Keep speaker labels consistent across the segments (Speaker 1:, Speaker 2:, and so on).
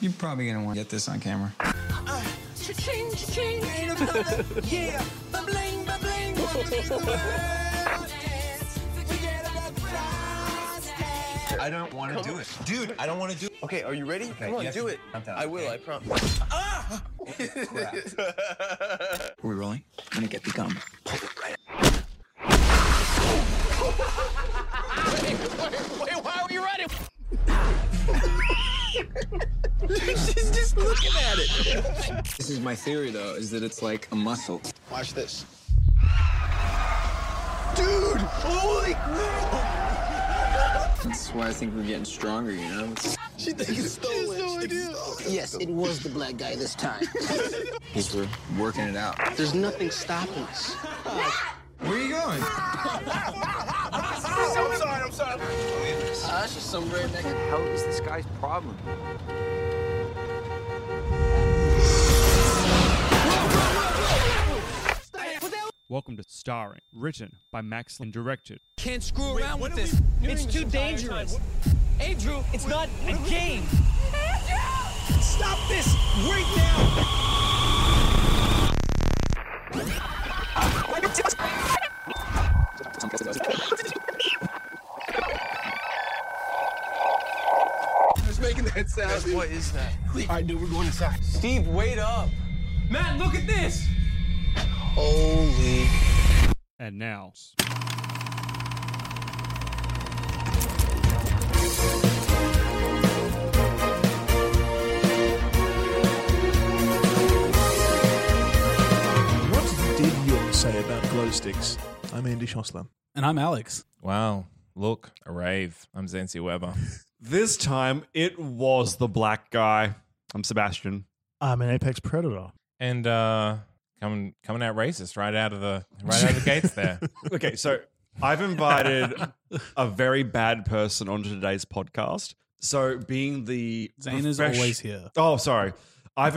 Speaker 1: You're probably gonna want to get this on camera.
Speaker 2: Cha-ching, cha-ching, ain't a dollar. Yeah, ba-bling, ba-bling, what is the world? Yes, forget about plastic.
Speaker 1: I don't want to do it, dude. I don't want to do. it.
Speaker 3: Okay, are you ready? Come on,
Speaker 1: have
Speaker 3: do
Speaker 1: to
Speaker 3: it.
Speaker 1: count down,
Speaker 3: I will,
Speaker 1: okay?
Speaker 3: I promise.
Speaker 1: Are we rolling? I'm gonna get the gum. Pull it right.
Speaker 3: She's just looking at it.
Speaker 1: This is my theory, though, is that it's like a muscle.
Speaker 3: Watch this. Dude, holy crap!
Speaker 1: That's why I think we're getting stronger. You know. It's-
Speaker 3: She thinks it's stolen. No idea.
Speaker 4: Yes, it was the black guy this time.
Speaker 1: Because we're working it out.
Speaker 4: There's nothing stopping us.
Speaker 1: Where are you going?
Speaker 3: I'm sorry, I'm sorry.
Speaker 1: That's just some redneck. How is this guy's problem?
Speaker 5: Welcome to Starring, written by Max and directed.
Speaker 6: Can't screw around with this. It's too dangerous. Andrew, it's not a game. Stop this right now.
Speaker 3: Just making that sound. What is that?
Speaker 4: All right, dude, we're going inside.
Speaker 3: Steve, wait up.
Speaker 6: Matt, look at this.
Speaker 3: Holy.
Speaker 5: And now,
Speaker 7: What did York say about glow sticks? I'm Andy Shoslam.
Speaker 8: And I'm Alex.
Speaker 9: Wow. Oh, Look, a rave. I'm Zancy Weber.
Speaker 10: This time it was the black guy. I'm Sebastian.
Speaker 7: I'm an apex predator.
Speaker 9: And uh coming coming out racist right out of the right out of the gates there.
Speaker 10: Okay, so I've invited a very bad person onto today's podcast. So being the
Speaker 8: Zane is
Speaker 10: profesh-
Speaker 8: always here.
Speaker 10: Oh, sorry. I've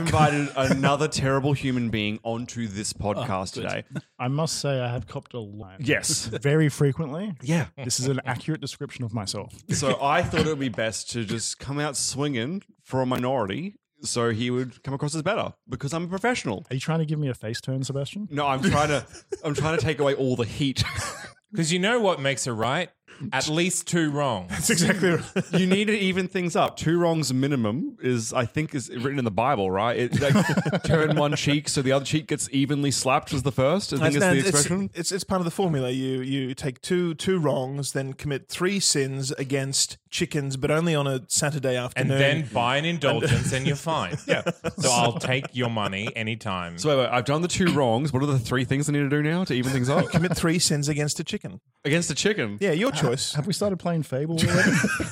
Speaker 10: invited another terrible human being onto this podcast
Speaker 8: Oh, good.
Speaker 10: today.
Speaker 7: I must say, I have copped a lot.
Speaker 10: Yes.
Speaker 7: Very frequently.
Speaker 10: Yeah.
Speaker 7: This is an accurate description of myself.
Speaker 10: So I thought it would be best to just come out swinging for a minority so he would come across as better because I'm a professional.
Speaker 7: Are you trying to give me a face turn, Sebastian?
Speaker 10: No, I'm trying to I'm trying to take away all the heat.
Speaker 9: Because you know what makes a right? At least two wrong.
Speaker 7: exactly right.
Speaker 10: you need to even things up. Two wrongs minimum is, I think, is written in the Bible, right? It, like, turn one cheek so the other cheek gets evenly slapped as the first. I think it's the expression.
Speaker 4: It's, it's part of the formula. You you take two two wrongs, then commit three sins against chickens, but only on a Saturday
Speaker 9: And
Speaker 4: afternoon.
Speaker 9: then buy an indulgence and you're fine. Yeah. So I'll take your money anytime.
Speaker 10: So wait, wait, I've done the two wrongs. What are the three things I need to do now to even things up?
Speaker 4: commit three sins against a chicken.
Speaker 10: Against the chicken.
Speaker 4: Yeah, your choice.
Speaker 7: Have we started playing Fable already?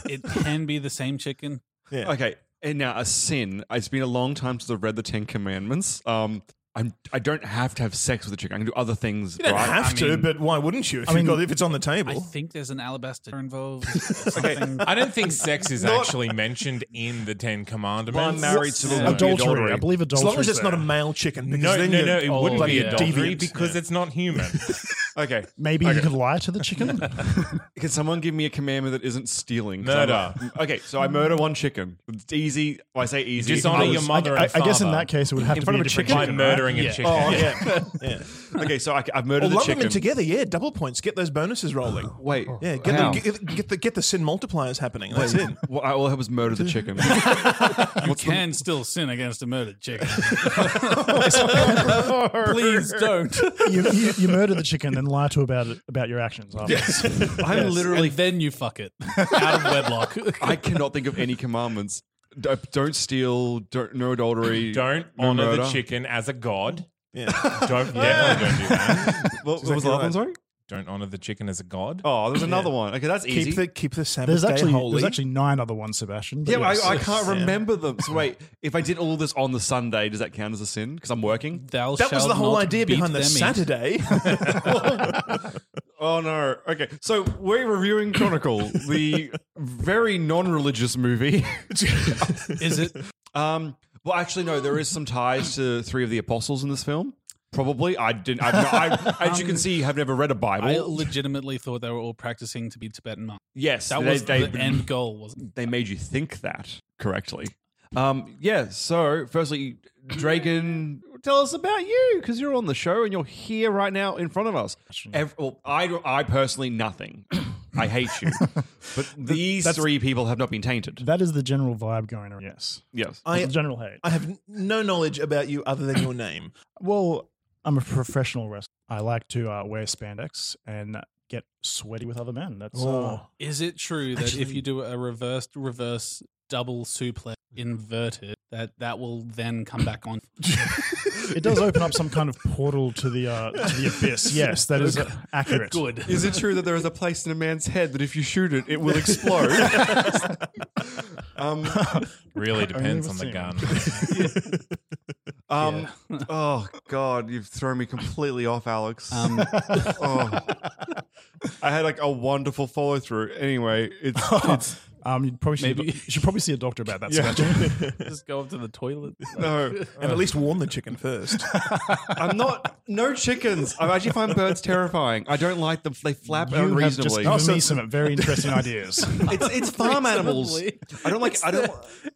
Speaker 8: It can be the same chicken.
Speaker 4: Yeah.
Speaker 10: Okay. And now a sin. It's been a long time since I've read the Ten Commandments. Um, I'm I don't have to have sex with a chicken. I can do other things.
Speaker 4: You don't
Speaker 10: right?
Speaker 4: have
Speaker 9: I
Speaker 4: to,
Speaker 9: mean-
Speaker 4: but why wouldn't you? If,
Speaker 7: I
Speaker 4: you
Speaker 7: mean-
Speaker 4: got, if it's on the
Speaker 8: I
Speaker 4: table,
Speaker 8: think there's an alabaster involved. or something.
Speaker 9: I don't think sex is actually mentioned in the Ten Commandments.
Speaker 10: Well, I'm married to the
Speaker 9: So-
Speaker 10: woman.
Speaker 7: adultery.
Speaker 10: adultery.
Speaker 7: I believe
Speaker 4: as
Speaker 7: adultery.
Speaker 4: long as it's not a male chicken, because
Speaker 9: No, no,
Speaker 4: then
Speaker 9: no,
Speaker 4: you're
Speaker 9: it wouldn't
Speaker 4: bloody
Speaker 9: be adultery
Speaker 4: deviant.
Speaker 9: because it's not human.
Speaker 10: Okay.
Speaker 7: Maybe you could lie to the chicken.
Speaker 10: Can someone give me a commandment that isn't stealing? 'Cause
Speaker 9: Murder.
Speaker 10: I'm like- okay, so I murder one chicken. It's easy. Well, I say easy.
Speaker 9: dishonor
Speaker 10: I
Speaker 9: your
Speaker 10: was-
Speaker 7: I,
Speaker 9: mother
Speaker 7: I-
Speaker 9: and
Speaker 7: I guess in
Speaker 9: father.
Speaker 7: that case, it would have
Speaker 10: In
Speaker 7: to be
Speaker 10: front
Speaker 7: a
Speaker 10: of a
Speaker 7: different
Speaker 10: chicken?
Speaker 9: By
Speaker 7: chicken, right?
Speaker 9: murdering a chicken.
Speaker 4: Oh yeah, yeah.
Speaker 10: Okay, so I, have
Speaker 4: Or
Speaker 10: murdered the
Speaker 4: lump
Speaker 10: chicken.
Speaker 4: them in together. Yeah, double points. Get those bonuses rolling.
Speaker 10: Wait,
Speaker 4: Yeah, get
Speaker 10: how?
Speaker 4: the, get, get the get the sin multipliers happening. That's it.
Speaker 10: What I will have is murder the chicken.
Speaker 8: you can still sin against a murdered chicken. Please don't.
Speaker 7: you, you, you murder the chicken, then lie to about it, about your actions. Yes.
Speaker 10: I'm literally.
Speaker 8: And then you fuck it out of wedlock.
Speaker 10: I cannot think of any commandments. D- Don't steal. Don't, no adultery.
Speaker 9: Don't
Speaker 10: no
Speaker 9: honor the
Speaker 10: murder.
Speaker 9: chicken as a god.
Speaker 4: Yeah.
Speaker 9: Don't definitely don't do that.
Speaker 10: What, what was the
Speaker 4: Exactly
Speaker 10: other one?
Speaker 4: right.
Speaker 10: Sorry.
Speaker 8: don't honor the chicken as a god.
Speaker 10: Oh, there's another one. Okay, that's
Speaker 4: keep
Speaker 10: easy.
Speaker 4: The, keep the Sabbath
Speaker 7: There's
Speaker 4: day
Speaker 7: actually
Speaker 4: holy.
Speaker 7: there's actually nine other ones, Sebastian. but
Speaker 10: yeah, but
Speaker 7: yes.
Speaker 10: I, I can't remember them. So wait, if I did all this on the Sunday, does that count as a sin? Because I'm working.
Speaker 1: Thou
Speaker 4: that was
Speaker 1: shalt
Speaker 4: the whole
Speaker 1: not
Speaker 4: idea
Speaker 1: beat
Speaker 4: behind the
Speaker 1: them in.
Speaker 4: Saturday.
Speaker 10: Oh no. Okay. So we're reviewing Chronicle, the very non-religious movie.
Speaker 1: Is it?
Speaker 10: Um well actually no, there is some ties to three of the apostles in this film. Probably. I didn't I've no, I, as you can see, I've never read a Bible.
Speaker 1: Um, I legitimately thought they were all practicing to be Tibetan monks.
Speaker 10: yes,
Speaker 1: That
Speaker 10: they-
Speaker 1: was
Speaker 10: they-
Speaker 1: the end goal, wasn't
Speaker 10: They made you think that correctly. Um yeah, so firstly, Dragon, tell us about you because you're on the show and you're here right now in front of us. Ev- well, I, I personally nothing. I hate you. But these three people have not been tainted.
Speaker 7: That is the general vibe going around. Yes.
Speaker 10: Yes.
Speaker 4: I-
Speaker 7: the general hate.
Speaker 4: I have no knowledge about you other than your name.
Speaker 7: Well, I'm a professional wrestler. I like to uh, wear spandex and get sweaty with other men. That's uh,
Speaker 4: Oh.
Speaker 1: it? Is it true that if
Speaker 4: Actually-
Speaker 1: you do a reversed reverse double suplex inverted, that that will then come back on?
Speaker 7: it does open up some kind of portal to the uh, to the abyss. Yes, that is uh, accurate.
Speaker 1: Good.
Speaker 10: Is it true that there is a place in a man's head that if you shoot it, it will explode? um,
Speaker 8: Really depends on the
Speaker 7: never
Speaker 8: gun.
Speaker 10: um, Oh, God, you've thrown me completely off, Alex.
Speaker 1: Um,
Speaker 10: oh. I had like a wonderful follow through. Anyway, it's. it's
Speaker 7: Um, you probably should,
Speaker 1: Maybe-
Speaker 7: you should probably see a doctor about that.
Speaker 10: Yeah.
Speaker 7: Sebastian.
Speaker 1: Just go up to the toilet.
Speaker 10: no,
Speaker 4: And at least warn the chicken first.
Speaker 10: I'm not. No chickens. I actually find birds terrifying. I don't like them. They flap
Speaker 7: you have just
Speaker 10: unreasonably.
Speaker 7: given me some very interesting ideas.
Speaker 10: it's it's farm animals.
Speaker 1: Reasonably.
Speaker 10: I don't like. I don't.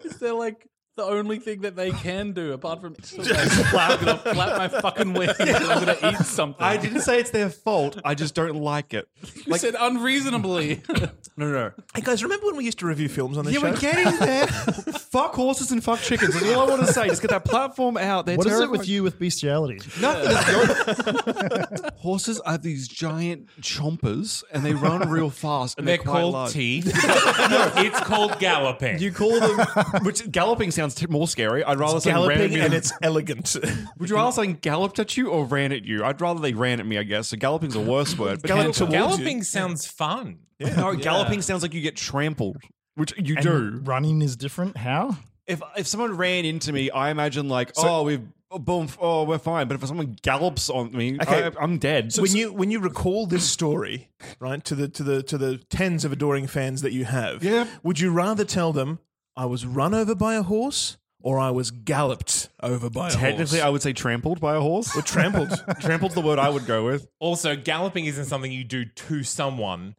Speaker 1: Is there like the only thing that they can do apart from flap, I'm gonna flap my fucking wings and I'm gonna eat something?
Speaker 10: I didn't say it's their fault. I just don't like it.
Speaker 1: You said unreasonably.
Speaker 10: No, no, no.
Speaker 4: Hey guys, remember when we used to review films on this
Speaker 10: Yeah,
Speaker 4: show?
Speaker 10: we're getting there. fuck horses and fuck chickens. That's all I want to say. Just get that platform out. They're
Speaker 7: What is it
Speaker 10: terrifying.
Speaker 7: with you with bestiality?
Speaker 10: Nothing. is good. horses are these giant chompers, and they run real fast. And
Speaker 8: They're
Speaker 10: quite
Speaker 8: called
Speaker 10: large.
Speaker 8: teeth. no, it's called galloping.
Speaker 10: You call them, which galloping sounds t- more scary. I'd rather say
Speaker 4: Galloping
Speaker 10: randomly.
Speaker 4: and it's elegant.
Speaker 10: Would you rather something galloped at you or ran at you? I'd rather they ran at me, I guess. So galloping's a worse word. But
Speaker 8: Gallop-
Speaker 10: gallop-
Speaker 8: galloping sounds fun.
Speaker 10: no, galloping sounds like you get trampled, which you
Speaker 7: And
Speaker 10: do.
Speaker 7: running is different. How?
Speaker 10: If if someone ran into me, I imagine like, oh, we've oh, boom, f- oh, we're fine. But if someone gallops on me,
Speaker 4: Okay.
Speaker 10: I, I'm dead.
Speaker 4: when you when you recall this story, right to the to the to the tens of adoring fans that you have,
Speaker 10: Yeah.
Speaker 4: would you rather tell them I was run over by a horse or I was galloped over by a horse?
Speaker 10: technically, I would say trampled by a horse.
Speaker 4: or trampled.
Speaker 10: Trampled's the word I would go with.
Speaker 8: Also, galloping isn't something you do to someone.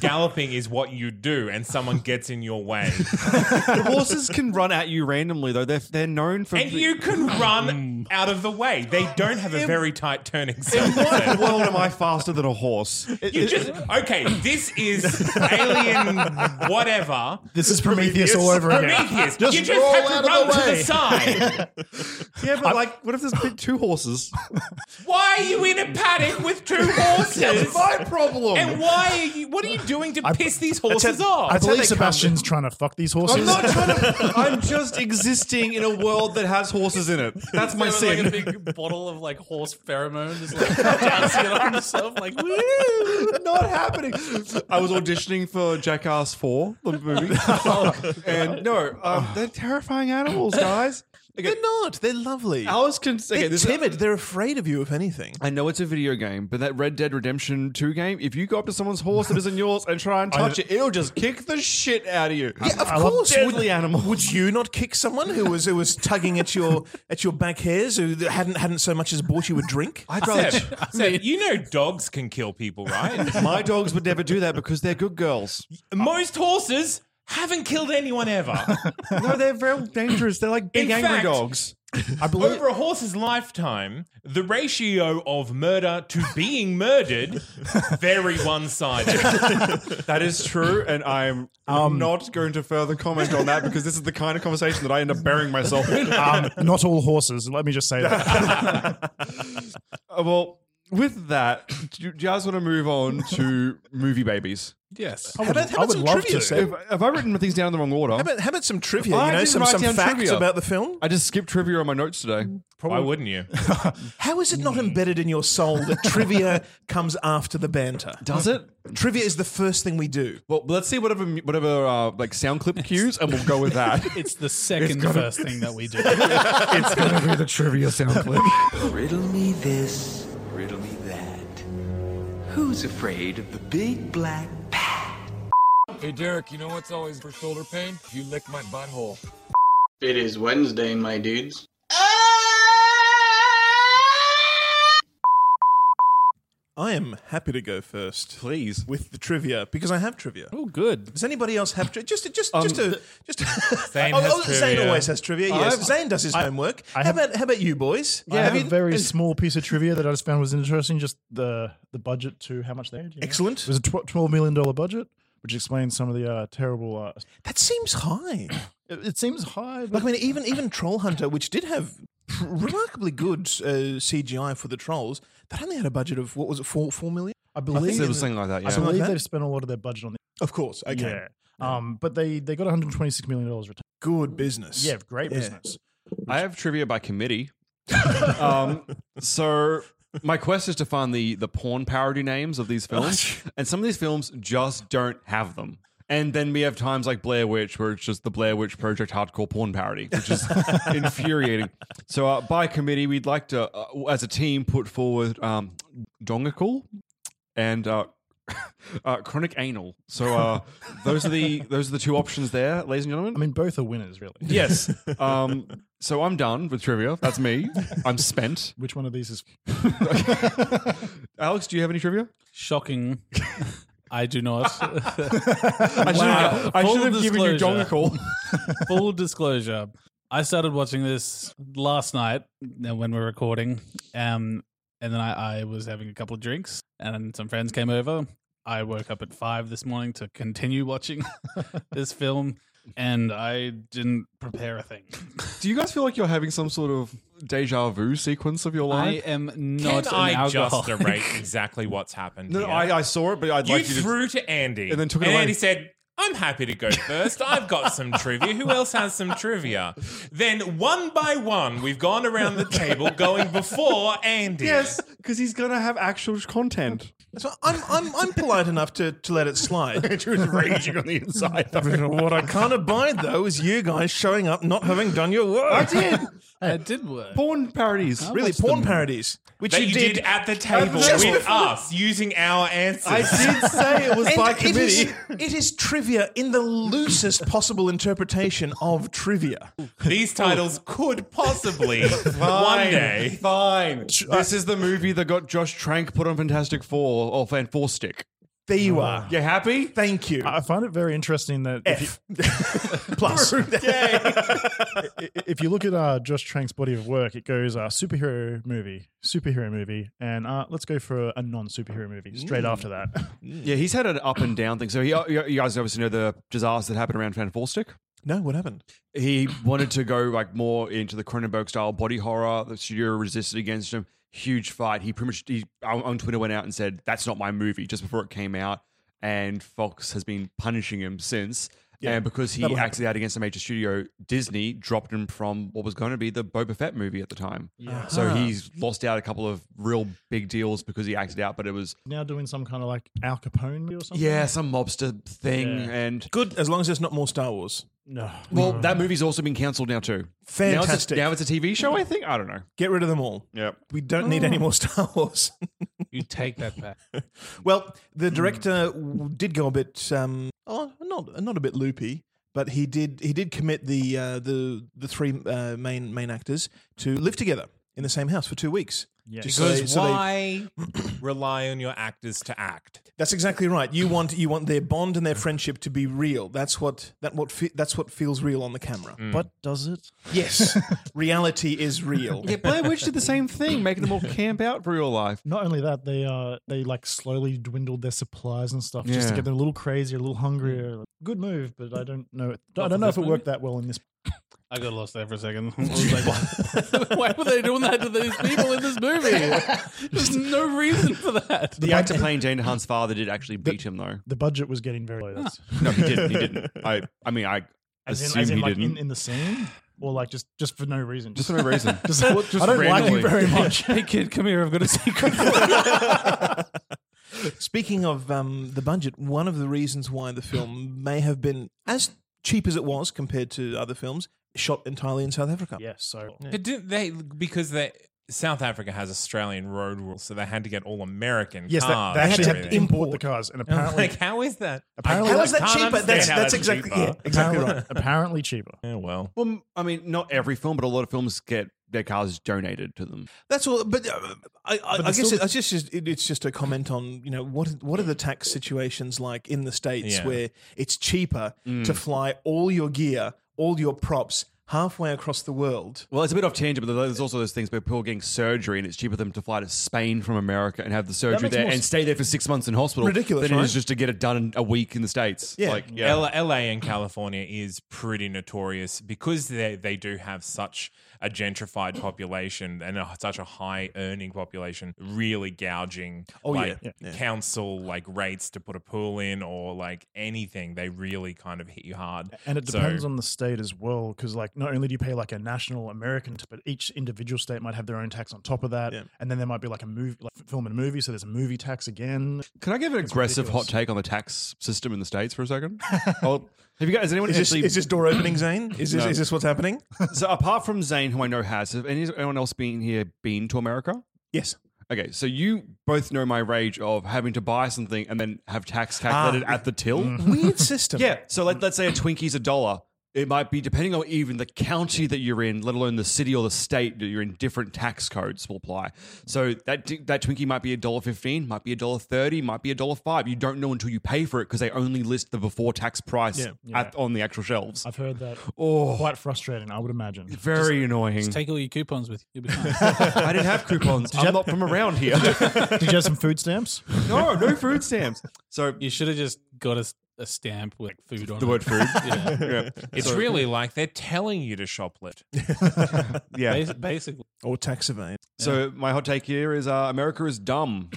Speaker 8: galloping is what you do, and someone gets in your way.
Speaker 10: Horses can run at you randomly though. They're they're known for
Speaker 8: And you can
Speaker 1: Mm.
Speaker 8: run out of the way. They don't have a very tight turning
Speaker 10: What
Speaker 8: circumstance.
Speaker 10: world am I faster than a horse?
Speaker 8: You just okay. This is alien, whatever.
Speaker 7: This is Prometheus all over again.
Speaker 8: Prometheus.
Speaker 7: Just
Speaker 8: you just
Speaker 7: roll
Speaker 8: have
Speaker 7: out
Speaker 8: to run
Speaker 7: of the
Speaker 8: to the
Speaker 7: way.
Speaker 8: side.
Speaker 10: yeah, but like, what if there's been two horses?
Speaker 8: Why are you in a paddock with two horses?
Speaker 10: My problem.
Speaker 8: And why are you? What are you doing to piss these horses off?
Speaker 7: I believe
Speaker 4: they come.
Speaker 7: Sebastian's trying to fuck these horses.
Speaker 10: I'm not trying to. I'm just existing in a world that has horses in it. That's my
Speaker 1: There was,
Speaker 10: sin.
Speaker 1: Like a big bottle of like horse pheromone, just like dousing it on himself, like woo.
Speaker 10: Not happening. I was auditioning for Jackass Four, the movie,
Speaker 1: Oh,
Speaker 10: and no, um, they're terrifying animals, guys. Okay,
Speaker 4: They're not. They're lovely.
Speaker 10: Alice can. Okay,
Speaker 4: They're
Speaker 10: this is-
Speaker 4: timid. They're afraid of you, if anything.
Speaker 10: I know it's a video game, but that Red Dead Redemption 2 game, if you go up to someone's horse that isn't yours and try and touch it, it'll just kick the shit out of you.
Speaker 4: Yeah, of
Speaker 7: I love
Speaker 4: course.
Speaker 10: deadly
Speaker 4: would,
Speaker 10: animals.
Speaker 4: Would you not kick someone who was who was tugging at your at your back hairs who hadn't hadn't so much as bought you a drink?
Speaker 10: I'd rather.
Speaker 8: So you know dogs can kill people, right?
Speaker 10: My dogs would never do that because they're good girls.
Speaker 8: Most horses haven't killed anyone ever.
Speaker 10: No, they're very dangerous. They're like big
Speaker 8: In
Speaker 10: angry
Speaker 8: fact-
Speaker 10: dogs.
Speaker 7: I believe
Speaker 8: Over a horse's lifetime, the ratio of murder to being murdered very one-sided.
Speaker 10: That is true, and I'm
Speaker 4: Um,
Speaker 10: not going to further comment on that because this is the kind of conversation that I end up burying myself in.
Speaker 4: um,
Speaker 7: um, not all horses. Let me just say that.
Speaker 10: Uh, well, with that, do you guys want to move on to movie babies?
Speaker 4: Yes.
Speaker 10: How about- how about some trivia? Have, have I written things down in the wrong order?
Speaker 4: How about, how about some trivia?
Speaker 10: I
Speaker 4: You know,
Speaker 10: didn't
Speaker 4: some,
Speaker 10: write
Speaker 4: some
Speaker 10: down
Speaker 4: facts
Speaker 10: trivia.
Speaker 4: about the film?
Speaker 10: I just skipped trivia on my notes today.
Speaker 4: Probably-
Speaker 8: Why wouldn't you?
Speaker 4: How is it not
Speaker 10: Hmm.
Speaker 4: embedded in your soul that trivia comes after the banter?
Speaker 10: Does it?
Speaker 4: Trivia is the first thing we do.
Speaker 10: Well, let's see whatever whatever uh, like sound clip cues, and we'll go with that.
Speaker 1: It's the 2nd
Speaker 10: gotta-
Speaker 1: first thing that we do.
Speaker 10: it's gonna be the trivia sound clip.
Speaker 11: Riddle me this, riddle me that. Who's afraid of the big black
Speaker 12: Hey Derek, you know what's always for shoulder pain? If you lick my butthole.
Speaker 13: It is Wednesday, my dudes.
Speaker 4: I am happy to go first, please, with the trivia because I have trivia. Oh,
Speaker 1: good.
Speaker 4: Does anybody else have trivia? Just, just,
Speaker 10: Um,
Speaker 4: just a, just. Zane
Speaker 10: has trivia.
Speaker 4: Zane always has trivia. Yes,
Speaker 10: I've-
Speaker 4: Zane does his
Speaker 10: I-
Speaker 4: homework.
Speaker 7: I
Speaker 4: how
Speaker 7: have-
Speaker 4: about, how about you boys?
Speaker 7: I have,
Speaker 4: you,
Speaker 7: a very small piece of trivia that I just found was interesting. Just the the budget to how much they had. you know?
Speaker 4: Excellent.
Speaker 7: It was a tw- twelve million dollar budget, which explains some of the uh, terrible. Uh,
Speaker 4: that seems high.
Speaker 7: it, it seems high.
Speaker 4: Like I mean, even even Troll Hunter, which did have pr- remarkably good uh, CGI for the trolls, that only had a budget of what was it, four four million?
Speaker 7: I believe
Speaker 10: it was something like that, yeah.
Speaker 7: I
Speaker 10: Something like
Speaker 7: believe
Speaker 10: that?
Speaker 7: they've spent a lot of their budget on the.
Speaker 4: Of course. Okay.
Speaker 7: Yeah. Um, but they they got one hundred twenty six million dollars return.
Speaker 4: Good business.
Speaker 7: Yeah, great business.
Speaker 10: I have trivia by committee. um, so my quest is to find the the porn parody names of
Speaker 4: Oh,
Speaker 10: these films, and some of these films just don't have them. And then we have times like Blair Witch, where it's just the Blair Witch Project hardcore porn parody, which is infuriating. So uh, by committee, we'd like to, uh, as a team, put forward um, Dongical and. Uh, uh, chronic anal. So uh, those are the those are the two options there, ladies and gentlemen.
Speaker 7: I mean, both are winners, really.
Speaker 10: Yes. Um, so I'm done with trivia. That's me. I'm spent.
Speaker 7: Which one of these is?
Speaker 10: Alex, do you have any trivia?
Speaker 1: Shocking. Mm. I do not.
Speaker 10: I should have- I should have given you John a call.
Speaker 1: Full disclosure. I started watching this last night uh, when we were recording. Um, and then I, I was having a couple of drinks and some friends came over. I woke up at five this morning to continue watching this film and I didn't prepare a thing.
Speaker 10: Do you guys feel like you're having some sort of deja vu sequence of your
Speaker 1: I
Speaker 10: life?
Speaker 1: am
Speaker 8: Can
Speaker 1: not an
Speaker 8: I just
Speaker 1: alcoholic.
Speaker 8: erase exactly what's happened?
Speaker 10: No, no,
Speaker 8: here?
Speaker 10: I, I saw it, but I'd
Speaker 8: you
Speaker 10: like you to.
Speaker 8: threw to Andy,
Speaker 10: And then took it away.
Speaker 8: Andy said, "I'm happy to go first. I've got some trivia. Who else has some trivia?" Then one by one, we've gone around the table, going before Andy.
Speaker 10: yes, because he's gonna have actual content.
Speaker 4: So I'm I'm I'm polite enough to, to let it slide.
Speaker 10: It was raging on the inside.
Speaker 4: what I can't abide though is you guys showing up not having done your work.
Speaker 10: I did
Speaker 1: It did work.
Speaker 10: porn parodies.
Speaker 4: really porn parodies, which
Speaker 8: That
Speaker 4: you,
Speaker 8: you did, at the table
Speaker 4: just
Speaker 8: with
Speaker 4: before-
Speaker 8: us using our answers.
Speaker 10: I did say it was
Speaker 4: And
Speaker 10: by
Speaker 4: it is-
Speaker 10: committee.
Speaker 4: it is trivia in the loosest possible interpretation of trivia.
Speaker 8: These titles could possibly one
Speaker 10: Fine,
Speaker 8: day.
Speaker 10: fine. This is the movie that got Josh Trank put on Fantastic Four or Fan Four Stick.
Speaker 4: There you are.
Speaker 10: You happy?
Speaker 4: Thank you.
Speaker 7: I find it very interesting that if you,
Speaker 4: F plus.
Speaker 7: if you look at uh, Josh Trank's body of work, it goes uh, superhero movie, superhero movie, and uh, let's go for a non superhero movie
Speaker 4: Mm.
Speaker 7: straight after that.
Speaker 10: Yeah, he's had an up and down thing. So he, you you guys obviously know the disaster that happened around Fan Four Stick.
Speaker 4: No, what happened?
Speaker 10: he wanted to go like more into the Cronenberg style body horror. The studio resisted against him. Huge fight. He pretty much he, on on Twitter went out and said that's not my movie just before it came out, and Fox has been punishing him since. and because he
Speaker 4: that'll happen.
Speaker 10: acted out against a major studio, Disney dropped him from what was going to be the Boba Fett movie at the time.
Speaker 7: Yeah.
Speaker 10: So
Speaker 7: Ah.
Speaker 10: he's lost out a couple of real big deals because he acted out, but it was
Speaker 7: Now doing some kind of like Al Capone movie or something.
Speaker 10: yeah some mobster thing.
Speaker 7: Yeah.
Speaker 10: And
Speaker 4: Good, as long as it's not more Star Wars.
Speaker 7: No.
Speaker 10: well, that movie's also been cancelled now too.
Speaker 4: Fantastic.
Speaker 10: Now it's, a, now it's a TV show, I think. I don't know.
Speaker 4: Get rid of them all.
Speaker 10: Yep.
Speaker 4: We don't need
Speaker 10: Oh.
Speaker 4: any more Star Wars.
Speaker 1: You take that back.
Speaker 4: well, the
Speaker 10: Hmm.
Speaker 4: director w did go a bit, um, oh, not not a bit loopy, but he did he did commit the uh, the the three uh, main main actors to live together in the same house for two weeks.
Speaker 7: Yeah.
Speaker 4: Just so they-
Speaker 8: Because
Speaker 4: so they-
Speaker 8: why rely on your actors to act?
Speaker 4: That's exactly right. You want you want their bond and their friendship to be real. That's what that what fe- that's what feels real on the camera.
Speaker 8: Mm.
Speaker 7: But does it?
Speaker 4: Yes, reality is real.
Speaker 10: Yeah, Blair Witch did the same thing, making them all camp out for real life.
Speaker 7: Not only that, they uh they like slowly dwindled their supplies and stuff just to
Speaker 10: Yeah.
Speaker 7: get them a little crazier, a little hungrier. Good move, but I don't know. I
Speaker 1: Mm. Not
Speaker 7: don't
Speaker 1: for
Speaker 7: know
Speaker 1: this
Speaker 7: if it
Speaker 1: movie?
Speaker 7: worked that well in this.
Speaker 1: I got lost there for a second. I was like, why, why were they doing that to these people in this movie? There's no reason for that.
Speaker 10: The actor playing Jane Hunt's father did actually beat him, though.
Speaker 7: The budget was getting very
Speaker 1: Ah.
Speaker 7: low. That's
Speaker 10: No, he didn't. He didn't. I, I mean, I
Speaker 7: As in,
Speaker 10: assume
Speaker 7: as in
Speaker 10: he
Speaker 7: like
Speaker 10: didn't.
Speaker 7: in, in the scene, or like just just for no reason.
Speaker 10: Just for no reason.
Speaker 7: just,
Speaker 10: What- just
Speaker 7: I don't like
Speaker 10: randomly.
Speaker 7: you very much.
Speaker 1: Hey, kid, come here. I've got a secret.
Speaker 4: Speaking of um, the budget, one of the reasons why the film may have been as cheap as it was compared to other films, shot entirely in South Africa.
Speaker 7: Yes, so
Speaker 8: But didn't they because they South Africa has Australian road rules, so they had to get all American
Speaker 7: Yes, they,
Speaker 1: Ah,
Speaker 8: cars.
Speaker 7: they actually
Speaker 8: and
Speaker 7: had to
Speaker 8: everything.
Speaker 7: import the cars, and apparently,
Speaker 8: like how is that?
Speaker 7: apparently,
Speaker 8: I can't understand how cheaper.
Speaker 7: apparently, right. Apparently cheaper.
Speaker 8: Yeah, well,
Speaker 10: Well, m- I mean, not every film, but a lot of films get their cars donated to them.
Speaker 4: That's all. But uh, I, I,
Speaker 10: But
Speaker 4: I
Speaker 10: it's
Speaker 4: guess
Speaker 10: still-
Speaker 4: it, it's just it, it's just a comment on you know what what are the tax situations like in the states
Speaker 10: Yeah.
Speaker 4: where it's cheaper
Speaker 10: Mm.
Speaker 4: to fly all your gear, all your props halfway across the world.
Speaker 10: Well, it's a bit off tangent, but there's also those things where people are getting surgery, and it's cheaper for them to fly to Spain from America and have the surgery
Speaker 4: makes
Speaker 10: there
Speaker 4: more
Speaker 10: and
Speaker 4: s-
Speaker 10: stay there for six months in hospital.
Speaker 4: Ridiculous,
Speaker 10: than it
Speaker 4: right?
Speaker 10: is just to get it done in a week in the states. like yeah.
Speaker 8: L- LA and California is pretty notorious because they they do have such a gentrified population and a, such a high earning population, really gouging
Speaker 4: Oh, yeah.
Speaker 8: like
Speaker 4: Yeah, yeah.
Speaker 8: council like rates to put a pool in or like anything. They really kind of hit you hard.
Speaker 7: And it
Speaker 8: So-
Speaker 7: depends on the state as well, because like not only do you pay like a national American, t- but each individual state might have their own tax on top of that, and then there might be like a movie, like film and movie, so there's a movie tax again.
Speaker 10: Can I give an
Speaker 7: It's
Speaker 10: aggressive
Speaker 7: ridiculous.
Speaker 10: hot take on the tax system in the states for a second? well, have you guys? Has anyone
Speaker 4: Is this,
Speaker 10: actually?
Speaker 4: is this door opening, Zane? Is this
Speaker 10: No.
Speaker 4: is this what's happening?
Speaker 10: so apart from Zane, who I know has, have any- anyone else been here been to America?
Speaker 4: Yes.
Speaker 10: Okay, so you both know my rage of having to buy something and then have tax calculated
Speaker 4: Ah.
Speaker 10: at the till.
Speaker 4: Weird system.
Speaker 10: Yeah. So let, let's say a Twinkie's a dollar. It might be depending on even the county that you're in, let alone the city or the state that you're in. Different tax codes will apply. So that t- that Twinkie might be a dollar fifteen, might be a dollar thirty, might be a dollar five. You don't know until you pay for it because they only list the before tax price
Speaker 7: Yeah, yeah.
Speaker 10: At, on the actual shelves.
Speaker 7: I've heard that.
Speaker 10: Oh.
Speaker 7: quite frustrating, I would imagine.
Speaker 10: Very annoying.
Speaker 1: Just take all your coupons with you. You'll be fine.
Speaker 10: I didn't have coupons.
Speaker 7: you
Speaker 10: I'm
Speaker 7: have-
Speaker 10: not from around here.
Speaker 7: Did you have some food stamps?
Speaker 10: no, no food stamps. So
Speaker 1: you should have just got a, a stamp with food on
Speaker 10: The
Speaker 1: it.
Speaker 10: word food.
Speaker 1: yeah.
Speaker 10: Yeah.
Speaker 8: It's
Speaker 10: So-
Speaker 8: really like they're telling you to shoplift.
Speaker 10: yeah.
Speaker 1: Bas- basically.
Speaker 4: Or tax evade.
Speaker 10: So my hot take here is uh, America is dumb.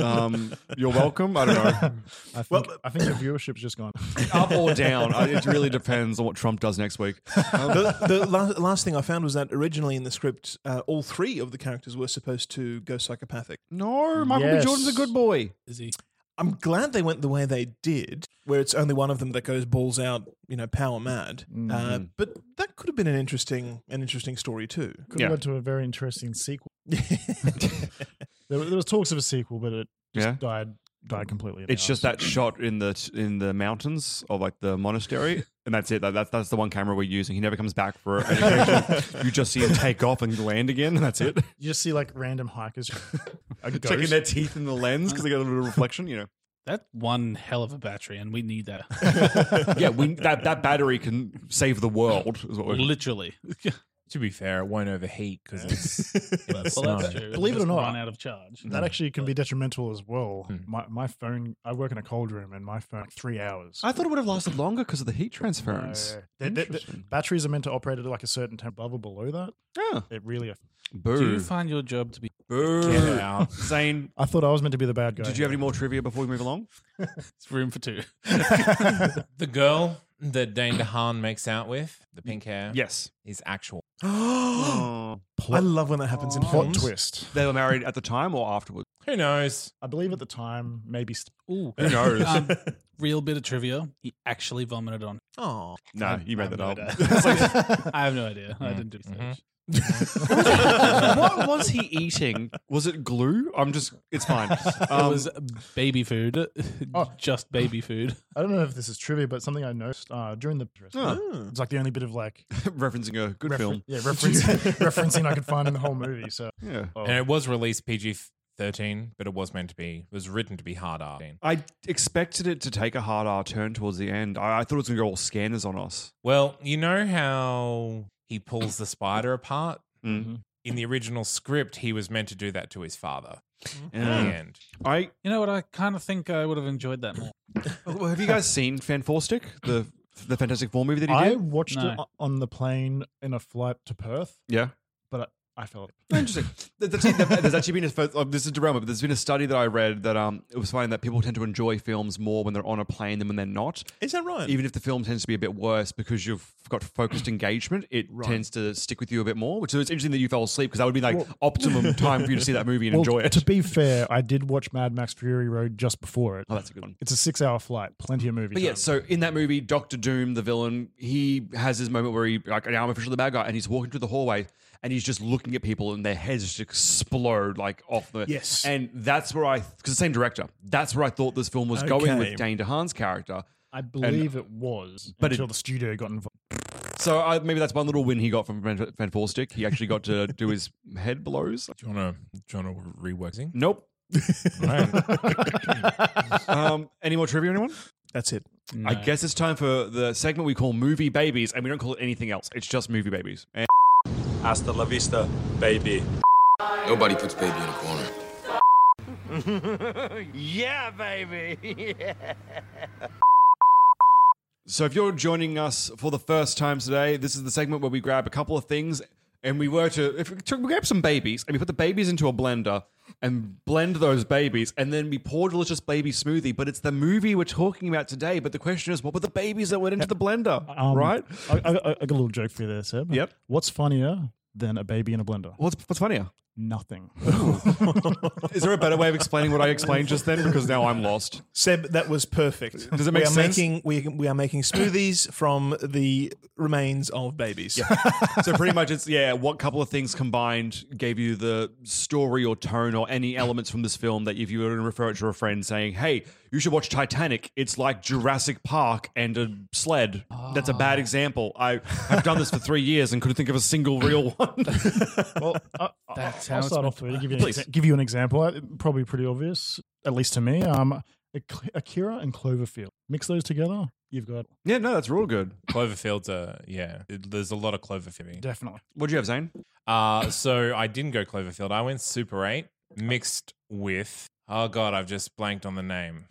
Speaker 10: um, you're welcome. I don't know.
Speaker 7: I think, I think your viewership's just gone.
Speaker 10: Up or down. I- It really depends on what Trump does next week.
Speaker 4: the the last, last thing I found was that originally in the script, uh, all three of the characters were supposed to go psychopathic.
Speaker 10: No, Michael
Speaker 7: Yes.
Speaker 10: B. Jordan's a good boy.
Speaker 1: Is he?
Speaker 4: I'm glad they went the way they did, where it's only one of them that goes balls out, you know, power mad. Uh,
Speaker 10: Mhm.
Speaker 4: but that could have been an interesting, an interesting story too.
Speaker 7: Could
Speaker 10: Yeah.
Speaker 7: have led to a very interesting sequel. There, were- there was talks of a sequel, but it just
Speaker 10: Yeah.
Speaker 7: died died completely.
Speaker 10: It's just that shot in the in the mountains of like the monastery, and that's it. That, that's that's the one camera we're using. He never comes back for it. And occasionally you just see him take off and land again, and that's it.
Speaker 7: You just see like random hikers. a ghost.
Speaker 10: Checking their teeth in the lens because they got a little reflection. You know.
Speaker 1: That's one hell of a battery, and we need that.
Speaker 10: Yeah, we, that that battery can save the world. Is what we're
Speaker 1: Literally.
Speaker 8: To be fair, it won't overheat because it's, it's
Speaker 1: Well, that's
Speaker 8: snow.
Speaker 1: true.
Speaker 7: Believe it
Speaker 1: Oh,
Speaker 7: or
Speaker 1: Just
Speaker 7: not,
Speaker 1: run out of charge.
Speaker 7: That actually can be detrimental as well.
Speaker 10: Hmm.
Speaker 7: My my phone. I work in a cold room, and my phone like three hours.
Speaker 10: I thought it would have lasted longer because of the heat transference.
Speaker 7: Uh, they- they-
Speaker 10: Oh,
Speaker 7: they-
Speaker 10: Interesting.
Speaker 7: batteries are meant to operate at like a certain temp above or below that.
Speaker 10: Yeah.
Speaker 7: It really.
Speaker 10: Boo.
Speaker 1: Do you find your job to be?
Speaker 10: Boo.
Speaker 8: Get out.
Speaker 10: Zane,
Speaker 7: I thought I was meant to be the bad guy.
Speaker 10: did you have any more trivia before we move along?
Speaker 1: It's room for two.
Speaker 8: The girl that Dane DeHaan makes out with, the pink hair,
Speaker 10: Yes.
Speaker 8: is actual.
Speaker 10: Oh.
Speaker 4: I love when that happens in
Speaker 7: plot
Speaker 4: films.
Speaker 7: twist?
Speaker 10: They were married at the time or afterwards?
Speaker 8: Who knows?
Speaker 7: I believe at the time, maybe. St-
Speaker 1: Ooh.
Speaker 10: Who knows?
Speaker 1: Um, real bit of trivia. He actually vomited on.
Speaker 4: Oh,
Speaker 10: no, you made that
Speaker 1: I
Speaker 10: up.
Speaker 1: have no idea. I have no idea.
Speaker 8: mm-hmm,
Speaker 1: I didn't do research.
Speaker 10: what was he eating? Was it glue? I'm just, it's fine.
Speaker 1: It
Speaker 10: Um,
Speaker 1: was baby food.
Speaker 7: Oh.
Speaker 1: Just baby food.
Speaker 7: I don't know if this is trivia, but something I noticed uh, during the
Speaker 10: Oh.
Speaker 7: it's like the only bit of like
Speaker 10: referencing a good
Speaker 7: refer-
Speaker 10: film.
Speaker 7: yeah, reference, referencing I could find in the whole movie. So
Speaker 10: Yeah.
Speaker 8: And it was released PG 13, but it was meant to be, it was written to be hard R.
Speaker 10: I expected it to take a hard R turn towards the end. I, I thought it was going to go all scanners on us.
Speaker 8: Well, you know how he pulls the spider apart?
Speaker 10: Mm.
Speaker 8: In the original script, he was meant to do that to his father.
Speaker 10: Mm-hmm. Yeah.
Speaker 8: And
Speaker 10: I
Speaker 1: You know what? I kind of think I would have enjoyed that more.
Speaker 10: Well, have you guys seen Fanforstic, the the Fantastic Four movie that he
Speaker 7: I
Speaker 10: did?
Speaker 7: watched it o- on the plane in a flight to Perth.
Speaker 10: Yeah.
Speaker 7: But I, I fell asleep.
Speaker 10: Oh, Interesting. Th- That's actually, there's actually been a first, oh, this is derailment, but there's been a study that I read that um it was finding that people tend to enjoy films more when they're on a plane than when they're not.
Speaker 4: Is that right?
Speaker 10: Even if the film tends to be a bit worse because you've got focused engagement, it
Speaker 4: Right.
Speaker 10: tends to stick with you a bit more. Which so it's interesting that you fell asleep because that would be like
Speaker 4: Well-
Speaker 10: optimum time for you to see that movie and
Speaker 7: Well,
Speaker 10: enjoy it.
Speaker 7: To be fair, I did watch Mad Max Fury Road just before it.
Speaker 10: Oh, that's a good one.
Speaker 7: It's a six hour flight, plenty of movie.
Speaker 10: But yeah, so in that movie, Doctor Doom, the villain, he has this moment where he like now I'm officially the bad guy, and he's walking through the hallway and he's just looking at people, and their heads just explode like off the
Speaker 4: Yes.
Speaker 10: And that's where I because the same director, that's where I thought this film was going
Speaker 7: Okay.
Speaker 10: with Dane DeHaan's character.
Speaker 7: I
Speaker 10: And
Speaker 7: believe it was
Speaker 10: But it-
Speaker 7: until the studio got involved.
Speaker 10: so I, maybe that's one little win he got from Fan- Fantastic. He actually got to do his head blows.
Speaker 8: Do you want to? Do you want to rework thing?
Speaker 10: Nope. um, any more trivia, anyone?
Speaker 4: That's it.
Speaker 10: I guess it's time for the segment we call Movie Babies, and we don't call it anything else. It's just Movie Babies. And-
Speaker 14: Hasta la vista, baby. Nobody puts baby in a corner.
Speaker 9: yeah, baby.
Speaker 10: So, if you're joining us for the first time today, this is the segment where we grab a couple of things and we were to, if we took- we grab some babies and we put the babies into a blender and blend those babies and then we pour delicious baby smoothie. But it's the movie we're talking about today. But the question is, what were the babies that went into the blender?
Speaker 7: Um,
Speaker 10: right?
Speaker 7: I, I, I got a little joke for you there, Seb. Yep. What's funnier than a baby in a blender?
Speaker 10: What's, what's funnier?
Speaker 7: Nothing.
Speaker 10: Is there a better way of explaining what I explained just then? Because now I'm lost.
Speaker 4: Seb, that was perfect.
Speaker 10: Does it make
Speaker 4: we are
Speaker 10: sense?
Speaker 4: Making, we, we are making smoothies from the remains of babies.
Speaker 10: so pretty much it's yeah what couple of things combined gave you the story or tone or any elements from this film that if you were going to refer it to a friend saying hey you should watch titanic it's like jurassic park and a sled that's a bad example i have done this for three years and couldn't think of a single real one
Speaker 7: well
Speaker 1: That's how
Speaker 7: I'll
Speaker 1: it's
Speaker 7: start
Speaker 1: meant
Speaker 7: off
Speaker 1: to
Speaker 7: with
Speaker 1: work.
Speaker 7: it, give you, an
Speaker 1: Please.
Speaker 7: exa- give you an example. uh, Probably pretty obvious, at least to me. Um, Ak- Akira and Cloverfield. Mix those together, you've got
Speaker 10: yeah no that's real good
Speaker 8: Cloverfield's a yeah. it- there's a lot of Cloverfield.
Speaker 7: definitely.
Speaker 10: what'd you have zane
Speaker 8: Uh, so I didn't go Cloverfield. I went Super 8 mixed with. Oh, God, I've just blanked on the name.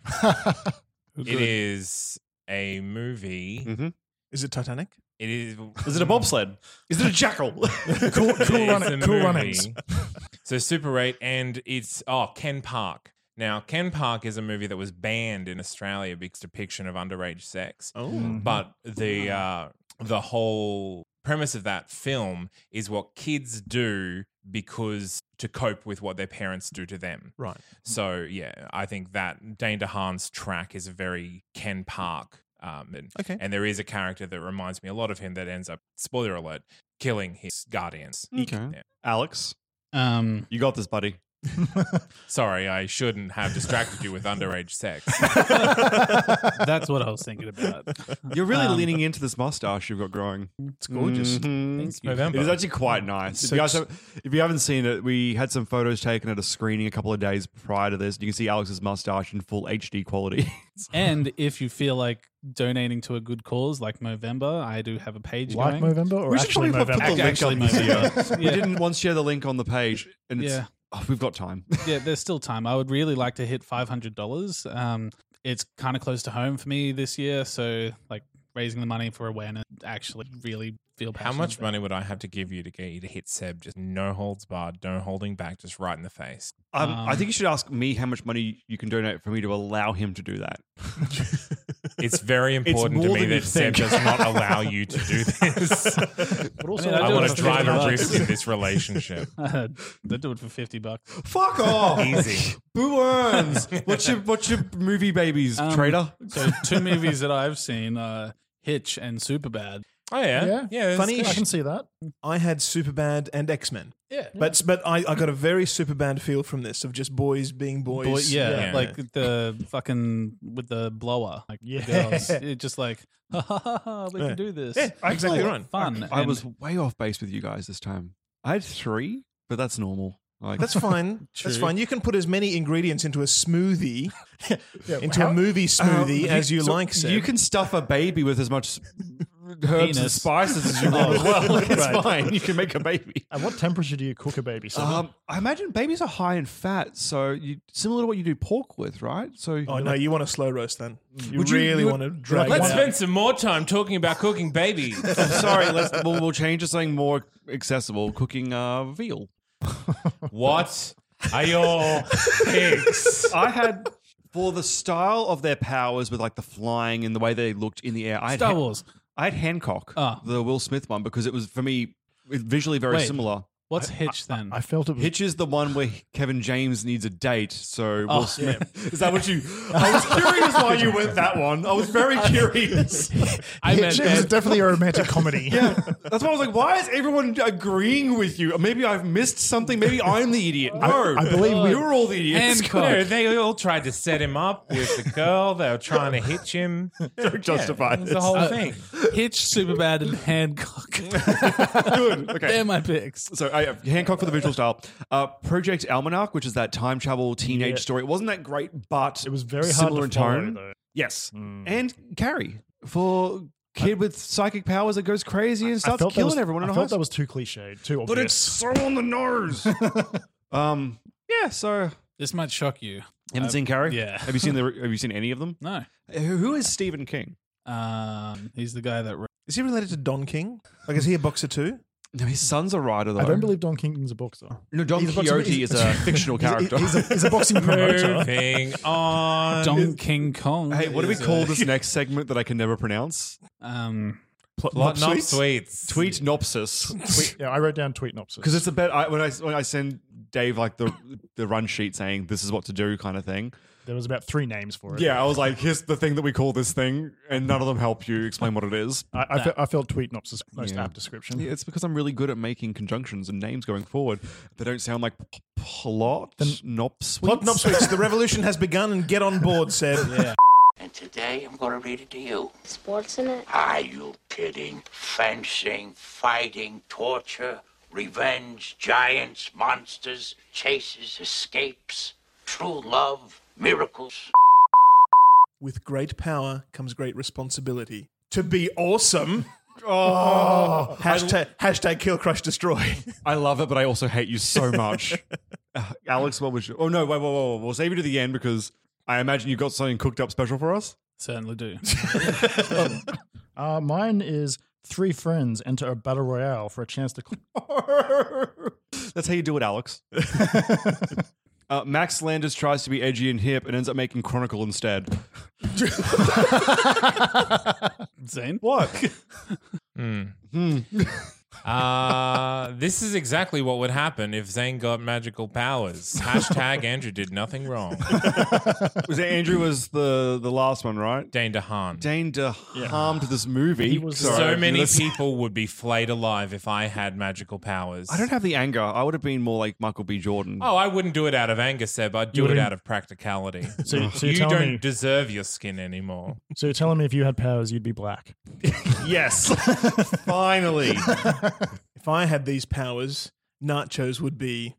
Speaker 8: it is a movie.
Speaker 4: Is it Titanic?
Speaker 8: It is.
Speaker 10: Mm. is it a bobsled is it a jackal cool,
Speaker 8: It is a movie. So Super 8, and it's. Oh, Ken Park. Now, Ken Park is a movie that was banned in Australia because depiction of underage sex.
Speaker 4: Oh.
Speaker 7: Mm-hmm.
Speaker 10: Mm.
Speaker 4: Mhm.
Speaker 8: But the uh, the whole premise of that film is what kids do because to cope with what their parents do to them.
Speaker 4: Right.
Speaker 10: Mm-hmm.
Speaker 8: So yeah, I think that Dane DeHaan's track is a very Ken Park. Um, and,
Speaker 4: Okay.
Speaker 8: And there is a character that reminds me a lot of him that ends up, spoiler alert, killing his guardians.
Speaker 10: Okay.
Speaker 8: Yeah.
Speaker 10: alex
Speaker 1: um
Speaker 10: you got this buddy
Speaker 8: Sorry, I shouldn't have distracted you with underage sex.
Speaker 1: That's what I was thinking about.
Speaker 10: you're really
Speaker 1: Um,
Speaker 10: leaning into this mustache you've got growing
Speaker 4: it's gorgeous.
Speaker 10: Mhm.
Speaker 1: Thank you. November.
Speaker 10: It is actually quite nice. If
Speaker 4: So
Speaker 10: you, guys
Speaker 4: t-
Speaker 10: have, if you haven't seen it, we had some photos taken at a screening a couple of days prior to this. You can see Alex's mustache in full HD quality.
Speaker 1: And if you feel like donating to a good cause like Movember, I do have a page
Speaker 7: Like
Speaker 1: going.
Speaker 7: Movember or actually
Speaker 10: probably
Speaker 7: Movember?
Speaker 10: put the
Speaker 1: Actually
Speaker 10: link up
Speaker 1: Movember.
Speaker 10: here. We
Speaker 1: Yeah.
Speaker 10: didn't once share the link on the page, and it's,
Speaker 1: Yeah.
Speaker 10: oh, we've got time.
Speaker 1: yeah, there's still time. I would really like to hit five hundred dollars. Um, it's kind of close to home for me this year, so like raising the money for awareness actually really feel.
Speaker 8: How
Speaker 1: passionate
Speaker 8: much
Speaker 1: about.
Speaker 8: money would I have to give you to get you to hit Seb? Just no holds barred, no holding back, just right in the face.
Speaker 10: Um, I
Speaker 1: Um,
Speaker 10: think you should ask me how much money you can donate for me to allow him to do that.
Speaker 8: It's very important to
Speaker 10: more
Speaker 8: me
Speaker 10: than you
Speaker 8: that Seb
Speaker 10: think.
Speaker 8: does not allow you to do this.
Speaker 1: also
Speaker 8: I,
Speaker 1: I do
Speaker 8: want
Speaker 1: it
Speaker 8: to
Speaker 1: for
Speaker 8: drive a
Speaker 1: 50
Speaker 8: rift
Speaker 1: bucks.
Speaker 8: in this relationship.
Speaker 1: they do it for fifty bucks.
Speaker 10: Fuck off!
Speaker 8: Easy.
Speaker 10: Boo earns. What's your what's your movie babies
Speaker 1: Um,
Speaker 10: trader?
Speaker 1: So two movies that I've seen are Hitch and Superbad.
Speaker 8: Oh yeah, yeah.
Speaker 4: Funny
Speaker 7: I
Speaker 4: sh-
Speaker 7: can see that.
Speaker 4: I had Superbad and X Men.
Speaker 1: Yeah.
Speaker 4: But but I, I got a very Superbad feel from this of just boys being boys.
Speaker 1: Boy, yeah,
Speaker 8: yeah.
Speaker 1: like the fucking with the blower, like the girls.
Speaker 4: Yeah.
Speaker 1: It just like ha ha ha, ha we
Speaker 4: Yeah.
Speaker 1: can do this.
Speaker 4: Yeah,
Speaker 1: It's
Speaker 4: exactly
Speaker 1: like
Speaker 4: right.
Speaker 1: Fun.
Speaker 10: I
Speaker 1: and-
Speaker 10: was way off base with you guys this time. I had three, but that's normal. Like,
Speaker 4: That's fine. That's
Speaker 10: True.
Speaker 4: fine. You can put as many ingredients into a smoothie, into
Speaker 7: how-
Speaker 4: a movie smoothie,
Speaker 10: Um,
Speaker 4: as you
Speaker 10: so
Speaker 4: like. Seb.
Speaker 10: You can stuff a baby with as much herbs and
Speaker 7: Penis.
Speaker 10: spices as
Speaker 4: Oh,
Speaker 10: you want as well. It's
Speaker 7: Right.
Speaker 10: fine. You can make a baby.
Speaker 7: At what temperature do you cook a baby? Simon?
Speaker 10: Um, I imagine babies are high in fat, so you similar to what you do pork with, right? So
Speaker 4: Oh no, you want a slow roast then? You
Speaker 10: Would you-
Speaker 4: really
Speaker 10: you would-
Speaker 4: want to
Speaker 10: like,
Speaker 4: drag?
Speaker 8: Let's
Speaker 4: it out.
Speaker 8: spend some more time talking about cooking babies.
Speaker 10: I'm sorry. Let's we'll, we'll change to something more accessible. Cooking uh, veal.
Speaker 8: what are your picks?
Speaker 10: I had for the style of their powers with like the flying and the way they looked in the air. I had
Speaker 1: Star
Speaker 10: Han-
Speaker 1: Wars.
Speaker 10: I had Hancock, the Will Smith one, because it was for me visually very
Speaker 1: Wait,
Speaker 10: similar.
Speaker 1: What's Hitch then?
Speaker 7: I felt it was
Speaker 10: Hitch is the one where Kevin James needs a date, so
Speaker 1: Oh,
Speaker 10: Will Smith. Is that what you? I was curious why you went that one. I was very curious.
Speaker 1: I
Speaker 7: Hitch
Speaker 1: meant
Speaker 7: is
Speaker 1: Ed.
Speaker 7: definitely a romantic comedy. yeah,
Speaker 10: That's why I was like, why is everyone agreeing with you? Maybe I've missed something. Maybe I'm the idiot. No,
Speaker 7: I believe we-
Speaker 10: you're all the idiots.
Speaker 8: And no, they all tried to set him up with the girl. They were trying to hitch him. Don't
Speaker 10: justify
Speaker 8: it was the
Speaker 10: this.
Speaker 8: whole
Speaker 1: Uh,
Speaker 8: thing.
Speaker 1: Hitch, Superbad, and Hancock.
Speaker 10: Good. Okay.
Speaker 1: They're my picks.
Speaker 10: So I, Hancock for the visual style. Uh, Project Almanac, which is that time travel teenage
Speaker 7: Yeah.
Speaker 10: story. It wasn't that great, but
Speaker 7: it was very hard
Speaker 10: similar
Speaker 7: to
Speaker 10: in
Speaker 7: follow,
Speaker 10: tone.
Speaker 7: though. Mm.
Speaker 10: Yes, and Carrie for kid with psychic powers that goes crazy and starts
Speaker 7: felt that
Speaker 10: killing
Speaker 7: was-
Speaker 10: everyone. in
Speaker 7: I
Speaker 10: a
Speaker 7: felt
Speaker 10: high
Speaker 7: that was too cliche, too obvious.
Speaker 10: But it's so on the nose. um, yeah. So
Speaker 1: This might shock you.
Speaker 10: haven't
Speaker 1: Uh,
Speaker 10: seen Carrie.
Speaker 1: yeah.
Speaker 10: Have you seen the? Have you seen any of them?
Speaker 1: No.
Speaker 10: Who who is Stephen King?
Speaker 1: Um, he's the guy that wrote.
Speaker 4: Is he related to Don King? Like, is he a boxer too?
Speaker 10: No, his son's a writer though.
Speaker 7: I don't believe Don King's a boxer.
Speaker 10: no, Don
Speaker 7: he's a boxer-
Speaker 10: Quixote
Speaker 7: he's-
Speaker 10: is a fictional character.
Speaker 7: He's a, he's a boxing promoter.
Speaker 8: Moving on.
Speaker 1: Don King Kong.
Speaker 10: hey, what do we
Speaker 1: is
Speaker 10: call
Speaker 1: a-
Speaker 10: this next segment that I can never pronounce?
Speaker 1: Um,
Speaker 8: Plot knob sweets.
Speaker 10: Tweet Nopsis.
Speaker 7: yeah, I wrote down tweet nopsis
Speaker 10: Because it's a bet. I, when I when I send Dave like the the run sheet saying this is what to do kind of thing.
Speaker 7: there was about three names for it.
Speaker 10: Yeah, I was like, here's the thing that we call this thing, and none of them help you explain what it is.
Speaker 7: I, I, fe- I felt tweet nopsis most
Speaker 10: Yeah.
Speaker 7: apt description.
Speaker 10: Yeah, it's because I'm really good at making conjunctions and names going forward. They don't sound like p- plot nopsweets.
Speaker 4: Plot Nopswitz, the revolution has begun and get on board, said. Yeah.
Speaker 9: And today I'm going to read it to you.
Speaker 15: Sports in it?
Speaker 9: Are you kidding? Fencing, fighting, torture, revenge, giants, monsters, chases, escapes, true love, miracles.
Speaker 4: With great power comes great responsibility. To be awesome.
Speaker 10: Oh,
Speaker 4: Hashtag, hashtag kill, crush, destroy.
Speaker 10: I love it, but I also hate you so much. Uh, Alex, what was your. Oh, no, wait, wait, wait, wait. We'll save you to the end because I imagine you got something cooked up special for us.
Speaker 1: certainly do.
Speaker 7: Uh, mine is three friends enter a battle royale for a chance to. Cl-
Speaker 10: That's how you do it, Alex. uh, Max Landis tries to be edgy and hip and ends up making Chronicle instead.
Speaker 1: Zane?
Speaker 10: What?
Speaker 8: Uh, this is exactly what would happen if Zane got magical powers. Hashtag Andrew did nothing wrong.
Speaker 10: was it Andrew was the, the last one, right?
Speaker 8: Dane DeHaan.
Speaker 10: Dane de harmed this movie.
Speaker 7: He was-
Speaker 8: So
Speaker 10: Sorry.
Speaker 8: many
Speaker 10: That's-
Speaker 8: people would be flayed alive if I had magical powers.
Speaker 10: I don't have the anger. I would have been more like Michael B. Jordan.
Speaker 8: Oh, I wouldn't do it out of anger, Seb. I'd do
Speaker 7: You
Speaker 8: it
Speaker 7: wouldn't-
Speaker 8: out of practicality.
Speaker 7: So- so you're
Speaker 8: you
Speaker 7: telling
Speaker 8: don't
Speaker 7: me-
Speaker 8: deserve your skin anymore.
Speaker 7: so you're telling me if you had powers, you'd be black.
Speaker 10: Yes. Finally.
Speaker 4: if I had these powers, nachos would be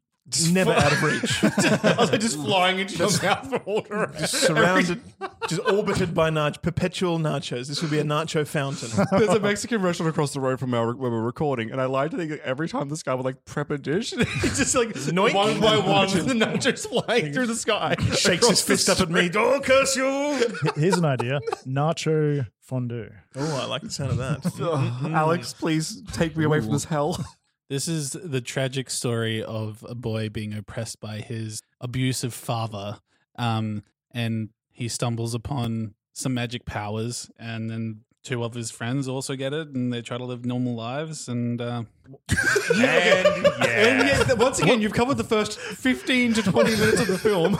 Speaker 4: never out of reach.
Speaker 10: I was like just flying into your mouth from all directions.
Speaker 4: Surrounded, just orbited by nach- perpetual nachos. This would be a nacho fountain.
Speaker 10: There's a Mexican restaurant across the road from our, where we're recording, and I lied to think that every time this guy would like prep a dish, he's just like one by one, the nachos flying through the sky.
Speaker 4: Shakes his fist up at me. Oh, curse you!
Speaker 7: H- Here's an idea: nacho fondue.
Speaker 4: Oh, I like the sound of that. Mm-hmm.
Speaker 10: Alex, please take me away from this hell.
Speaker 1: This is the tragic story of a boy being oppressed by his abusive father. Um, and he stumbles upon some magic powers, and then two of his friends also get it, and they try to live normal lives. And uh,
Speaker 8: And
Speaker 10: And
Speaker 8: yeah.
Speaker 10: yet, once again, you've covered the first 15 to 20 minutes of the film.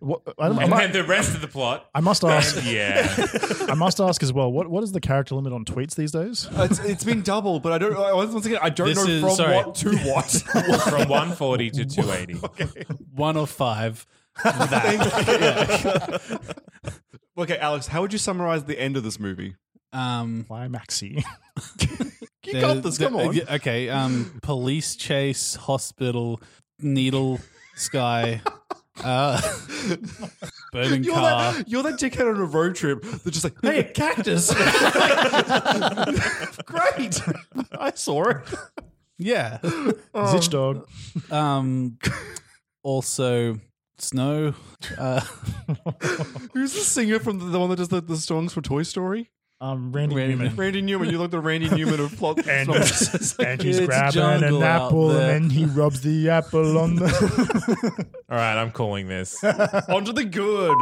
Speaker 7: What, I, don't- I
Speaker 8: And
Speaker 7: mu-
Speaker 8: then the rest of the plot.
Speaker 7: I must ask.
Speaker 8: Yeah.
Speaker 7: I must ask as well. What what is the character limit on tweets these days?
Speaker 10: It's, it's been doubled, but I don't. I- Once again, I don't
Speaker 1: This
Speaker 10: know
Speaker 1: is-
Speaker 10: from
Speaker 1: sorry.
Speaker 10: what to what.
Speaker 8: From 140 to 280.
Speaker 1: one of five.
Speaker 10: okay, Alex, how would you summarize the end of this movie?
Speaker 1: Um,
Speaker 7: Why Maxi?
Speaker 10: You
Speaker 1: there-
Speaker 10: got this.
Speaker 1: there-
Speaker 10: Come on.
Speaker 1: yeah, Okay. Um, police chase, hospital, needle, sky, Uh, burning
Speaker 10: you're
Speaker 1: car.
Speaker 10: That, you're that dickhead on a road trip that's just like, hey, a cactus. Great. I saw it.
Speaker 1: Yeah.
Speaker 10: Oh.
Speaker 7: Zitch dog.
Speaker 1: Um, also, snow. Uh,
Speaker 10: Who's the singer from the, the one that does the, the songs for Toy Story?
Speaker 7: Um, Randy, Newman.
Speaker 10: Randy Newman. You looked at Randy Newman of plot.
Speaker 7: And,
Speaker 10: It's like-
Speaker 7: and he's
Speaker 1: It's
Speaker 7: grabbing an
Speaker 1: jungle out
Speaker 7: apple
Speaker 1: there.
Speaker 7: and then he rubs the apple on the.
Speaker 8: All right, I'm calling this.
Speaker 10: Onto the good.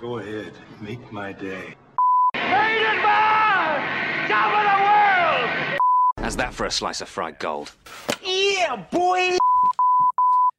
Speaker 14: Go ahead, make my day.
Speaker 15: How's that for a slice of fried gold?
Speaker 9: Yeah, boy.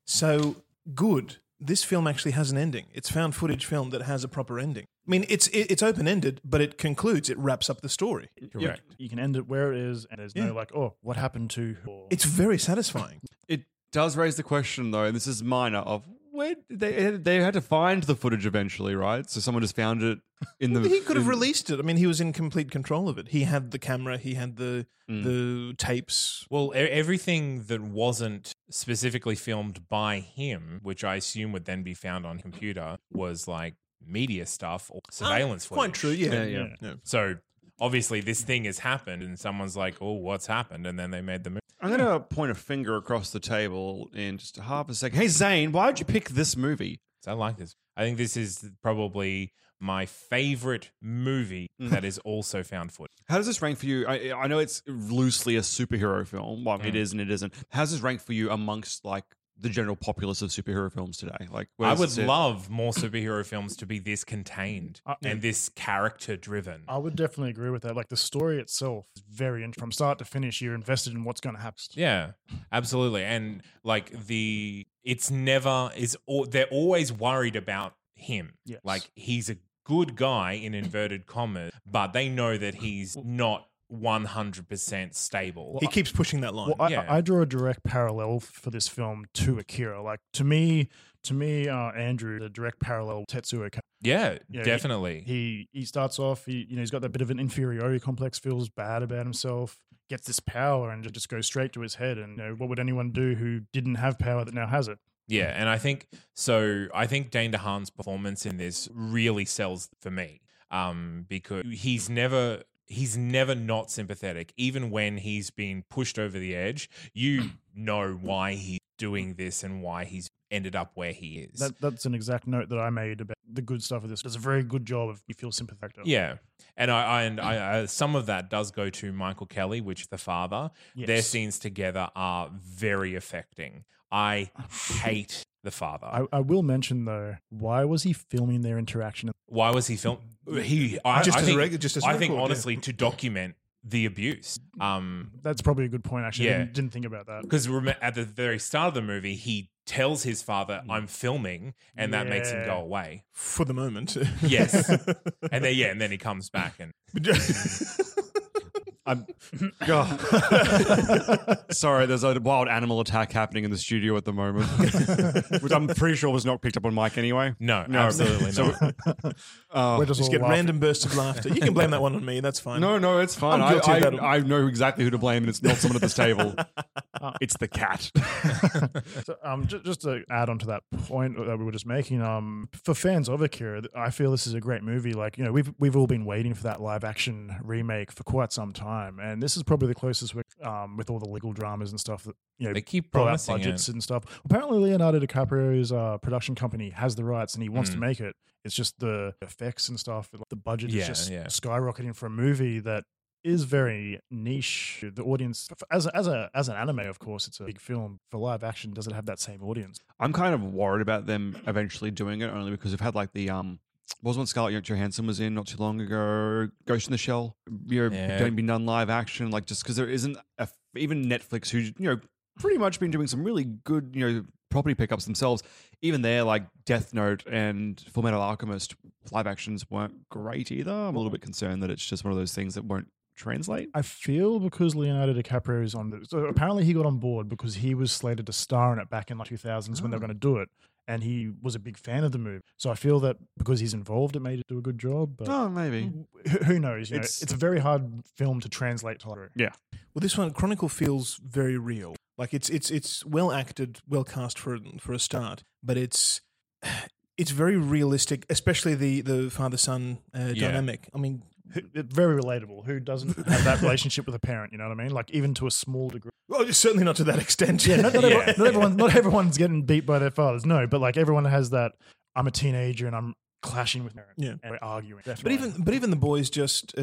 Speaker 4: So good. This film actually has an ending. It's found footage film that has a proper ending. I mean, it's it, it's open ended, but it concludes. It wraps up the story.
Speaker 7: Correct. You can end it where it is, and there's
Speaker 4: Yeah.
Speaker 7: no like, oh, what happened to? Or,
Speaker 4: It's very satisfying.
Speaker 10: It does raise the question, though, and this is minor, of where did they they had to find the footage eventually, right? So someone just found it in the.
Speaker 4: he could have
Speaker 10: in-
Speaker 4: released it. I mean, he was in complete control of it. He had the camera. He had the
Speaker 8: Mm.
Speaker 4: the tapes.
Speaker 8: Well, e- everything that wasn't specifically filmed by him, which I assume would then be found on computer, was like media stuff or surveillance footage.
Speaker 4: Ah, quite true, yeah. Yeah, yeah. Yeah.
Speaker 8: So obviously, this thing has happened, and someone's like, "Oh, what's happened?" And then they made the movie.
Speaker 10: I'm gonna point a finger across the table in just half a second. Hey, Zane, why'd you pick this movie?
Speaker 8: I like this. I think this is probably my favorite movie
Speaker 4: Mm.
Speaker 8: that is also found footage.
Speaker 10: How does this rank for you? I, I know it's loosely a superhero film. Well, it is and it isn't. How does this rank for you amongst like the general populace of superhero films today? Like, where
Speaker 8: I
Speaker 10: does
Speaker 8: would
Speaker 10: it sit?
Speaker 8: love more superhero films to be this contained
Speaker 7: Uh,
Speaker 8: and this character driven.
Speaker 7: I would definitely agree with that. Like the story itself is very interesting. From start to finish, you're invested in what's going to happen.
Speaker 8: Yeah, absolutely. And like the, it's never is. al- They're always worried about him.
Speaker 7: Yes.
Speaker 8: Like he's a good guy in inverted commas, but they know that he's not one hundred percent stable.
Speaker 4: he keeps pushing that line.
Speaker 7: Well, I,
Speaker 8: yeah.
Speaker 7: I draw a direct parallel for this film to Akira. Like to me, to me, uh, Andrew, the direct parallel Tetsuo. Ka-
Speaker 8: yeah,
Speaker 7: you know, he-
Speaker 8: definitely.
Speaker 7: He he starts off. He you know he's got that bit of an inferiority complex. Feels bad about himself. Gets this power and it just goes straight to his head. And you know, what would anyone do who didn't have power that now has it?
Speaker 8: Yeah, and I think so. I think Dane DeHaan's performance in this really sells for me um, because he's never he's never not sympathetic, even when he's been pushed over the edge. You know why he's doing this and why he's ended up where he is.
Speaker 7: That, that's an exact note that I made about the good stuff of this. Does a very good job of you feel sympathetic. to him.
Speaker 8: Yeah, and I, I and I, I some of that does go to Michael Kelly, which the father. Their
Speaker 7: Yes.
Speaker 8: scenes together are very affecting. I hate the father.
Speaker 7: Oh, I, I will mention though, why was he filming their interaction?
Speaker 8: Why was he filmed? He I,
Speaker 4: Just
Speaker 8: I
Speaker 4: as a
Speaker 8: think,
Speaker 4: reg- just as a
Speaker 8: I think
Speaker 4: record, yeah.
Speaker 8: honestly to document the abuse. Um,
Speaker 7: That's probably a good point. Actually,
Speaker 8: Yeah.
Speaker 7: I didn't, didn't think about that.
Speaker 8: because at the very start of the movie, he tells his father,
Speaker 4: Mm.
Speaker 8: "I'm filming," and that makes him go
Speaker 7: Yeah.
Speaker 8: away.
Speaker 4: for the moment.
Speaker 8: Yes, and then yeah, and then he comes back and
Speaker 10: I'm God. sorry. There's a wild animal attack happening in the studio at the moment, which I'm pretty sure was not picked up on mic anyway.
Speaker 8: no, absolutely
Speaker 10: So-
Speaker 8: not.
Speaker 10: Oh.
Speaker 7: We're just,
Speaker 4: Just
Speaker 7: all
Speaker 4: get
Speaker 7: laughing.
Speaker 4: random bursts of laughter. You can blame that one on me. That's fine.
Speaker 10: No, no, it's fine.
Speaker 4: I'm
Speaker 10: I,
Speaker 4: guilty of that.
Speaker 10: I, I know exactly who to blame, and it's not someone at this table. it's the cat.
Speaker 7: So, um, just, just to add on to that point that we were just making, um, for fans of Akira, th- I feel this is a great movie. Like you know, we've we've all been waiting for that live action remake for quite some time, and this is probably the closest we um, with all the legal dramas and stuff that you know
Speaker 8: They keep
Speaker 7: blow out
Speaker 8: promising
Speaker 7: budgets and stuff. Apparently, Leonardo DiCaprio's uh, production company has the rights and he wants to
Speaker 8: Mm.
Speaker 7: make it. It's just the effects and stuff. like, The budget
Speaker 8: Yeah,
Speaker 7: is just
Speaker 8: yeah.
Speaker 7: skyrocketing for a movie that is very niche. The audience, as a, as a as an anime, of course, it's a big film. For live action, does it have that same audience?
Speaker 10: I'm kind of worried about them eventually doing it only because we've had like the um what was one Scarlett Johansson was in not too long ago, Ghost in the Shell, you know,
Speaker 8: Yeah.
Speaker 10: going to be done live action, like just because there isn't a, even Netflix who you know pretty much been doing some really good you know property pickups themselves. Even there, like Death Note and Full Metal Alchemist live actions weren't great either. I'm a little bit concerned that it's just one of those things that won't translate.
Speaker 7: I feel because Leonardo DiCaprio is on the. So apparently, he got on board because he was slated to star in it back in like 2000s when they were going to do it, and he was a big fan of the movie. So I feel that because he's involved, it made it do a good job. But Mm-hmm.
Speaker 10: Oh, maybe.
Speaker 7: who- who knows? You know,
Speaker 4: It's-
Speaker 7: it's, a very hard film to translate to. Like,
Speaker 10: Yeah.
Speaker 4: Well, this one Chronicle feels very real. Like it's it's it's well acted, well cast for for a start, but it's it's very realistic, especially the the father son uh,
Speaker 7: Yeah.
Speaker 4: dynamic. I mean,
Speaker 7: Who- it- very relatable. Who doesn't have that relationship with a parent? You know what I mean? Like even to a small degree.
Speaker 4: well, certainly not to that extent.
Speaker 7: Yeah, not, not, everyone- not everyone, not everyone's getting beat by their fathers. No, but like everyone has that. I'm a teenager and I'm clashing with parents.
Speaker 4: Yeah.
Speaker 7: and we're arguing.
Speaker 4: But even but even the boys just uh,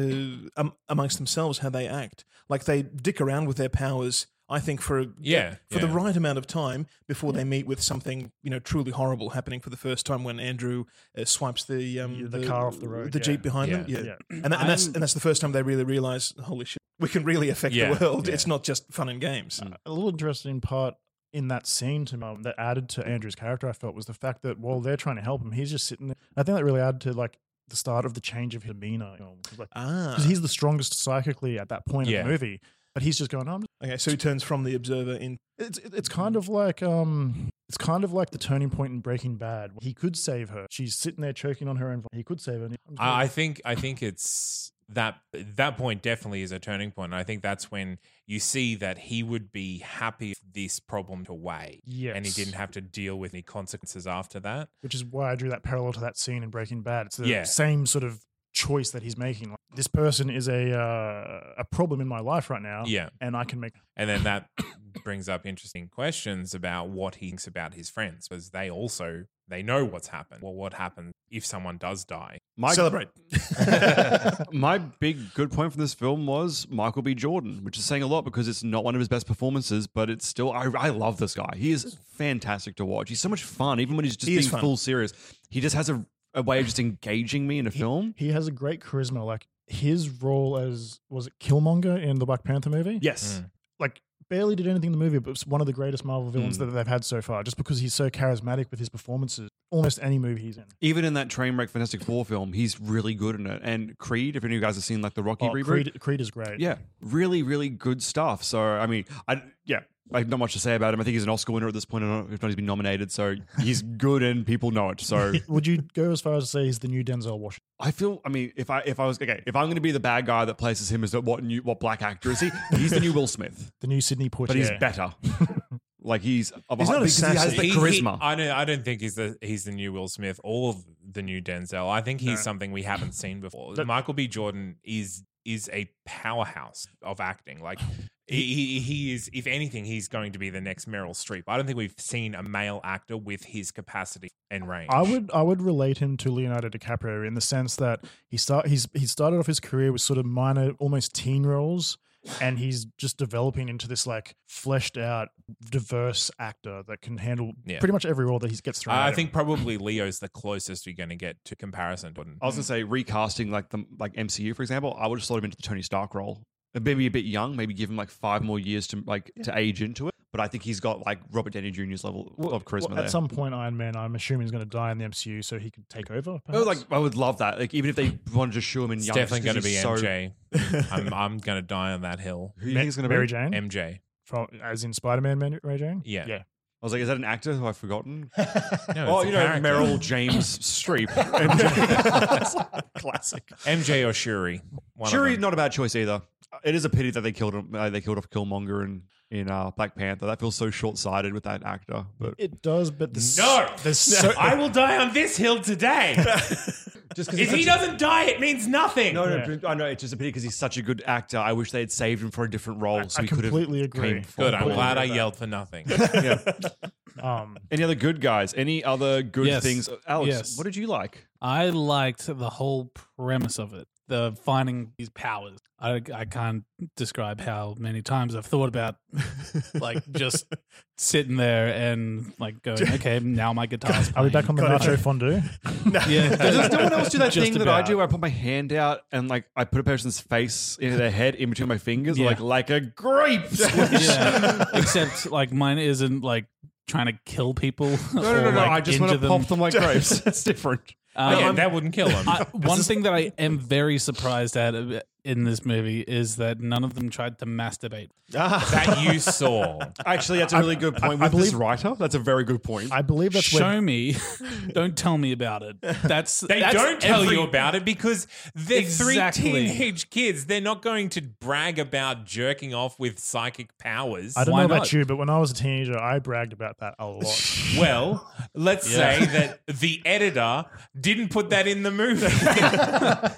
Speaker 4: um, amongst themselves how they act like they dick around with their powers. I think for a-
Speaker 8: Yeah,
Speaker 4: for the
Speaker 8: yeah.
Speaker 4: right amount of time before they meet with something you know truly horrible happening for the first time when Andrew uh, swipes the, um,
Speaker 7: the car off the road,
Speaker 4: the
Speaker 7: yeah.
Speaker 4: jeep behind them.
Speaker 7: Yeah.
Speaker 4: Yeah,
Speaker 7: Yeah.
Speaker 4: and, that, and that's
Speaker 7: I'm-
Speaker 4: and that's the first time they really realize, holy shit, we can really affect
Speaker 8: Yeah,
Speaker 4: the world.
Speaker 8: yeah.
Speaker 4: It's not just fun and games.
Speaker 7: Uh, a little interesting part in that scene to um, that added to Andrew's character, I felt, was the fact that while they're trying to help him, he's just sitting there. I think that really added to like the start of the change of his demeanor. You know, 'cause, like,
Speaker 4: Ah.
Speaker 7: 'cause he's the strongest psychically at that point
Speaker 4: Yeah.
Speaker 7: in the movie, but he's just going, "Oh, I'm just
Speaker 4: Okay, so he turns from the observer in.
Speaker 7: It's it's
Speaker 8: Mm.
Speaker 7: kind of like um it's kind of like the turning point in Breaking Bad. He could save her. She's sitting there choking on her own. He could save her. and he-
Speaker 8: I, I think I think it's that that point definitely is a turning point. And I think that's when you see that he would be happy if this problem away. And he
Speaker 7: Yes.
Speaker 8: didn't have to deal with any consequences after that.
Speaker 7: which is why I drew that parallel to that scene in Breaking Bad. It's the
Speaker 8: Yeah.
Speaker 7: same sort of choice that he's making. Like, this person is a uh, a problem in my life right now.
Speaker 8: Yeah.
Speaker 7: and I can make.
Speaker 8: And then that brings up interesting questions about what he thinks about his friends, because they also they know what's happened. Well, what happens if someone does die?
Speaker 4: Celebrate.
Speaker 10: my big good point from this film was Michael B. Jordan, which is saying a lot because it's not one of his best performances, but it's still I, I love this guy. He is fantastic to watch. He's so much fun, even when he's just
Speaker 7: He is
Speaker 10: being
Speaker 7: fun.
Speaker 10: full serious. He just has a, a way of just engaging me in a film.
Speaker 7: He has a great charisma. Like his role as was it Killmonger in the Black Panther movie?
Speaker 10: Yes. Mm.
Speaker 7: Like barely did anything in the movie, but it's one of the greatest Marvel villains
Speaker 10: Mm.
Speaker 7: that they've had so far. Just because he's so charismatic with his performances, almost any movie he's in.
Speaker 10: Even in that Trainwreck Fantastic Four film, he's really good in it. And Creed, if any of you guys have seen like the Rocky
Speaker 7: Oh,
Speaker 10: reboot,
Speaker 7: Creed, Creed is great.
Speaker 10: Yeah, really, really good stuff. So, I mean, I yeah, like not much to say about him. I think he's an Oscar winner at this point, if not, he's been nominated. So he's good, and people know it. So
Speaker 7: Would you go as far as to say he's the new Denzel Washington?
Speaker 10: I feel, I mean, if I if I was okay, if I'm going to be the bad guy that places him as the, what new what black actor is he? He's the new Will Smith,
Speaker 7: The new Sydney Poitier.
Speaker 10: but he's better. like he's of
Speaker 7: He's
Speaker 10: a,
Speaker 7: not
Speaker 10: Oh, because he has
Speaker 7: assassin.
Speaker 10: the
Speaker 8: He- he-
Speaker 10: charisma.
Speaker 8: I don't. I don't think he's the he's the new Will Smith or the new Denzel. I think he's
Speaker 7: No.
Speaker 8: something we haven't seen before.
Speaker 7: But-
Speaker 8: Michael B. Jordan is is a powerhouse of acting. Like he, he he is. If anything, he's going to be the next Meryl Streep. I don't think we've seen a male actor with his capacity and range.
Speaker 7: I would I would relate him to Leonardo DiCaprio in the sense that he start he's he started off his career with sort of minor, almost teen roles, and he's just developing into this like fleshed out, diverse actor that can handle
Speaker 8: Yeah.
Speaker 7: pretty much every role that he gets thrown.
Speaker 8: Uh, I
Speaker 7: at
Speaker 8: I
Speaker 7: him.
Speaker 8: think probably Leo's the closest we're going to get to comparison. Jordan.
Speaker 10: I was going to say recasting like the like MCU for example. I would have slot him into the Tony Stark role. Maybe a bit young, maybe give him like five more years to like to age into it. But I think he's got like Robert Downey Jr.'s level of charisma
Speaker 7: Well,
Speaker 10: there.
Speaker 7: at some point, Iron Man, I'm assuming, is going to die in the MCU, so he could take over.
Speaker 10: Oh,
Speaker 7: perhaps?
Speaker 10: like I would love that. Like even if they wanted to shoe him in
Speaker 8: It's
Speaker 10: young,
Speaker 8: definitely going to be
Speaker 10: so,
Speaker 8: MJ. I'm I'm going to die on that hill.
Speaker 10: Who do you
Speaker 7: Ma-
Speaker 10: think is going to
Speaker 7: Mary
Speaker 10: be?
Speaker 7: Jane,
Speaker 8: MJ.
Speaker 7: from, as in Spider-Man, Man- Mary Jane.
Speaker 8: Yeah.
Speaker 7: yeah.
Speaker 10: I was like, is that an actor who I've forgotten?
Speaker 8: No,
Speaker 10: oh,
Speaker 8: it's a
Speaker 10: you know,
Speaker 8: character.
Speaker 10: Meryl James Streep. MJ.
Speaker 7: Classic.
Speaker 8: MJ or Shuri. One of
Speaker 10: Shuri,
Speaker 8: them.
Speaker 10: not a bad choice either. It is a pity that they killed him. Uh, they killed off Killmonger in in uh, Black Panther. That feels so short sighted with that actor. But
Speaker 7: It does, but the
Speaker 8: No,
Speaker 7: the so-
Speaker 8: I will die on this hill today.
Speaker 10: just
Speaker 8: if he doesn't die, it means nothing.
Speaker 10: No, no,
Speaker 7: Yeah.
Speaker 10: but- I know. It's just a pity because he's such a good actor. I wish they had saved him for a different role. so
Speaker 7: I
Speaker 10: he could have
Speaker 7: completely agree.
Speaker 10: came
Speaker 8: Good. I'm
Speaker 10: forward.
Speaker 8: glad I yelled for nothing.
Speaker 7: um,
Speaker 10: Any other good guys? Any other good
Speaker 1: Yes.
Speaker 10: things? Alex,
Speaker 1: Yes.
Speaker 10: what did you like?
Speaker 1: I liked the whole premise of it, the finding these powers. I, I can't describe how many times I've thought about like just sitting there and like going, okay, now my guitar's.
Speaker 7: are we back on the
Speaker 1: playing."
Speaker 7: nacho fondue?
Speaker 1: Yeah.
Speaker 10: Does no one else do that
Speaker 1: Just
Speaker 10: thing that I
Speaker 1: about.
Speaker 10: do where I put my hand out and like I put a person's face into their head in between my fingers,
Speaker 1: Yeah.
Speaker 10: like like a grape?
Speaker 1: yeah. Except like mine isn't like trying to kill people.
Speaker 10: No, no, no, no. I just want to pop them like grapes.
Speaker 1: grapes.
Speaker 8: Um,
Speaker 10: That's different.
Speaker 8: Again, that wouldn't kill him.
Speaker 1: I, one thing that I am very surprised at uh, in this movie is that none of them tried to masturbate. Ah.
Speaker 8: That you saw.
Speaker 10: Actually, that's a really good point. With this writer, that's a very good point.
Speaker 7: I believe that's
Speaker 1: Show
Speaker 7: when-
Speaker 1: me. don't tell me about it. That's
Speaker 8: They
Speaker 1: that's
Speaker 8: don't tell
Speaker 1: every-
Speaker 8: you about it because they're
Speaker 1: Exactly.
Speaker 8: three teenage kids. They're not going to brag about jerking off with psychic powers.
Speaker 7: I don't know about you, but when I was a teenager, I bragged about that a lot.
Speaker 8: Well, let's
Speaker 7: Yeah.
Speaker 8: say that the editor didn't put that in the movie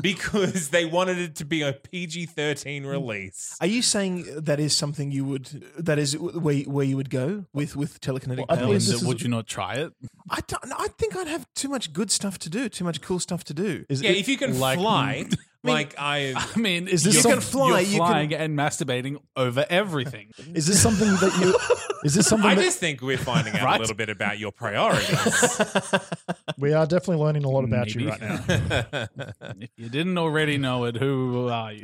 Speaker 8: because they wanted it to be a PG 13 release.
Speaker 4: Are you saying that is something you would that is where where you would go with with telekinetic
Speaker 1: I believe
Speaker 4: powers?
Speaker 1: that- would you not try it?
Speaker 4: I don't. I think I'd have too much good stuff to do, too much cool stuff to do.
Speaker 8: yeah, if you can
Speaker 1: like-
Speaker 8: fly, like I.
Speaker 1: I mean, is
Speaker 4: this
Speaker 1: this
Speaker 4: You can
Speaker 1: some-
Speaker 4: fly, you
Speaker 1: You're
Speaker 4: can-
Speaker 1: flying and masturbating over everything.
Speaker 7: Is this something that you? Is this something
Speaker 8: I
Speaker 7: that
Speaker 8: just think we're finding out
Speaker 1: Right?
Speaker 8: a little bit about your priorities.
Speaker 7: we are definitely learning a lot about you
Speaker 1: Maybe.
Speaker 7: right now?
Speaker 1: if you didn't already know it, who are you?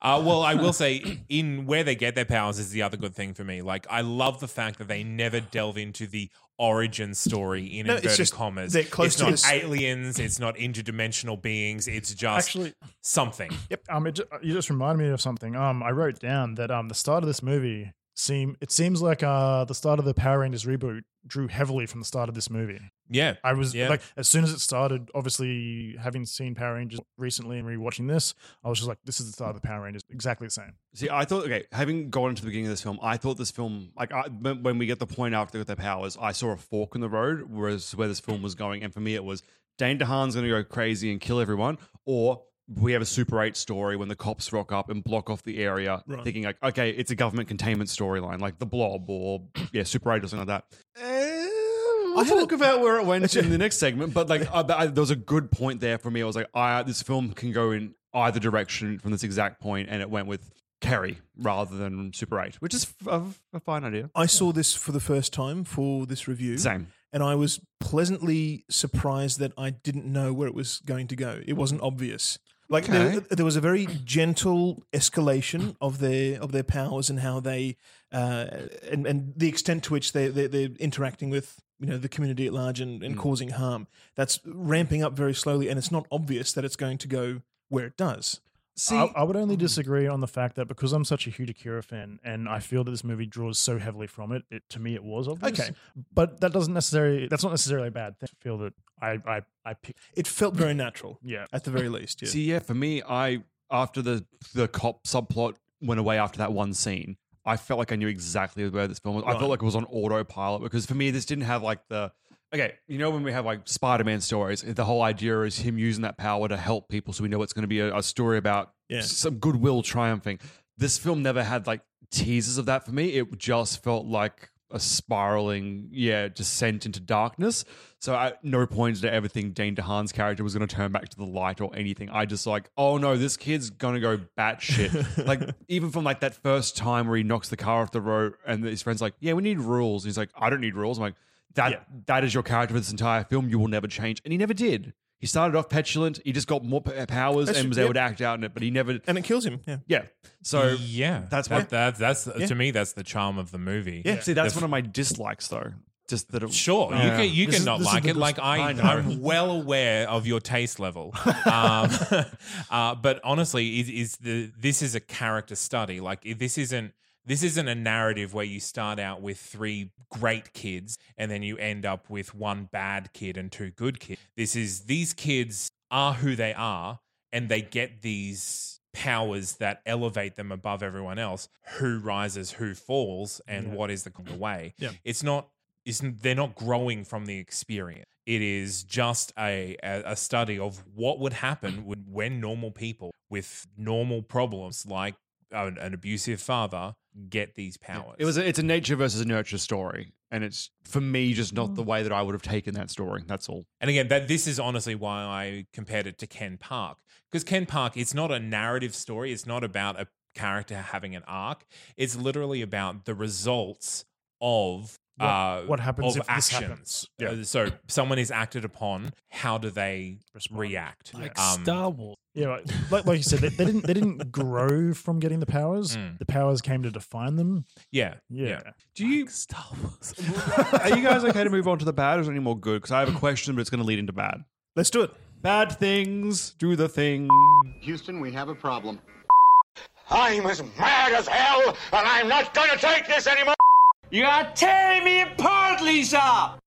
Speaker 8: Uh, well, I will say, in where they get their powers is the other good thing for me. Like, I love the fact that they never delve into the origin story in
Speaker 4: No, it's
Speaker 8: inverted
Speaker 4: just
Speaker 8: commas.
Speaker 4: they're close
Speaker 8: it's
Speaker 4: to
Speaker 8: not
Speaker 4: this-
Speaker 8: aliens. It's not interdimensional beings. It's just
Speaker 7: Actually-
Speaker 8: something.
Speaker 7: Yep. Um, it, ju- you just reminded me of something. Um, I wrote down that um, the start of this movie seem it seems like uh the start of the Power Rangers reboot drew heavily from the start of this movie.
Speaker 8: Yeah,
Speaker 7: I was
Speaker 8: Yeah.
Speaker 7: like, as soon as it started, obviously having seen Power Rangers recently and rewatching this, I was just like, this is the start of the Power Rangers, exactly the same.
Speaker 10: See, I thought, okay, having gone into the beginning of this film, I thought this film, like, I, when when we get the point after they got their powers, I saw a fork in the road, whereas where this film was going. And for me, it was Dane DeHaan's going to go crazy and kill everyone, or we have a Super 8 story when the cops rock up and block off the area,
Speaker 4: Right.
Speaker 10: thinking, like, okay, it's a government containment storyline, like The Blob or, yeah, Super 8 or something like that. I'll talk about where it went in the next segment, but like uh, but I, there was a good point there for me. I was like, I, this film can go in either direction from this exact point, and it went with Carrie rather than Super Eight, which is f- a, a fine idea.
Speaker 4: I saw this for the first time for this review.
Speaker 10: Same.
Speaker 4: And I was pleasantly surprised that I didn't know where it was going to go. It wasn't obvious. Like there,
Speaker 10: Okay.
Speaker 4: there was a very gentle escalation of their of their powers and how they uh, and and the extent to which they they're, they're interacting with you know the community at large and,
Speaker 1: Hmm.
Speaker 4: and causing harm. That's ramping up very slowly, and it's not obvious that it's going to go where it does.
Speaker 10: See,
Speaker 7: I, I would only disagree on the fact that because I'm such a huge Akira fan and I feel that this movie draws so heavily from it, it to me it was obvious.
Speaker 4: Okay.
Speaker 7: but that doesn't necessarily that's not necessarily a bad thing. I feel that I I I picked
Speaker 4: It felt very natural,
Speaker 7: yeah.
Speaker 4: at the very least. Yeah.
Speaker 10: See, yeah, for me, I after the the cop subplot went away after that one scene, I felt like I knew exactly where this film was. I
Speaker 4: Right.
Speaker 10: felt like it was on autopilot because for me, this didn't have like the okay, you know, when we have like Spider Man stories, the whole idea is him using that power to help people, so we know it's going to be a, a story about
Speaker 4: Yeah.
Speaker 10: some goodwill triumphing. This film never had like teasers of that for me. It just felt like a spiraling, yeah, descent into darkness. So at no point did I ever think Dane DeHaan's character was going to turn back to the light or anything. I just like, oh no, this kid's going to go batshit. like even from like that first time where he knocks the car off the road and his friend's like, yeah, we need rules. And he's like, I don't need rules. I'm like, that that is your character for this entire film. You will never change. And he never did. He started off petulant. He just got more p- powers
Speaker 4: That's-
Speaker 10: and was
Speaker 4: yep.
Speaker 10: able to act out in it, but he never.
Speaker 4: and it kills him. Yeah.
Speaker 10: Yeah. So
Speaker 8: yeah,
Speaker 10: that's
Speaker 8: that,
Speaker 10: what.
Speaker 8: that, that's
Speaker 4: Yeah.
Speaker 8: to me. That's the charm of the movie.
Speaker 10: yeah. See, that's
Speaker 8: The
Speaker 10: one of my dislikes, though. Just that it.
Speaker 8: Sure, you
Speaker 10: Yeah.
Speaker 8: can you
Speaker 10: This
Speaker 8: can
Speaker 10: is-
Speaker 8: not
Speaker 10: this is
Speaker 8: like
Speaker 10: the
Speaker 8: it. Like
Speaker 10: dis-
Speaker 8: I,
Speaker 10: I know.
Speaker 8: I'm well aware of your taste level. Um, uh, but honestly, is, is the this is a character study. Like i- this isn't this isn't a narrative where you start out with three great kids and then you end up with one bad kid and two good kids. This is these kids are who they are, and they get these powers that elevate them above everyone else. Who rises, who falls, and
Speaker 4: Yeah.
Speaker 8: what is the the way.
Speaker 4: Yeah.
Speaker 8: It's not isn't they're not growing from the experience. It is just a, a a study of what would
Speaker 7: Mm.
Speaker 8: happen when, when normal people with normal problems like an, an abusive father get these powers.
Speaker 10: It was. A, it's a nature versus nurture story, and it's for me just not the way that I would have taken that story. That's all.
Speaker 8: And again, that this is honestly why I compared it to Ken Park because Ken Park, it's not a narrative story. It's not about a character having an arc. It's literally about the results of
Speaker 7: What-
Speaker 8: uh,
Speaker 7: what happens
Speaker 8: of
Speaker 7: if this
Speaker 8: actions.
Speaker 7: happens? Yeah.
Speaker 8: Uh, so someone is acted upon. How do they react?
Speaker 1: Like
Speaker 8: Um,
Speaker 1: Star Wars.
Speaker 7: Yeah, like- like like you said, they, they didn't they didn't grow from getting the powers.
Speaker 8: Mm.
Speaker 7: The powers came to define them.
Speaker 8: yeah,
Speaker 7: Yeah.
Speaker 10: Do you?
Speaker 1: Star Wars.
Speaker 10: Are you guys okay to move on to the bad? Or is there any more good? Because I have a question, but it's going to lead into bad.
Speaker 4: Let's do it.
Speaker 10: Bad things do the thing.
Speaker 16: Houston, we have a problem.
Speaker 9: I'm as mad as hell, and I'm not gonna take this anymore. You are tearing me apart, Lisa.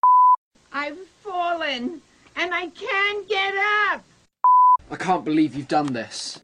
Speaker 17: I've fallen and I can't get up.
Speaker 18: I can't believe you've done this.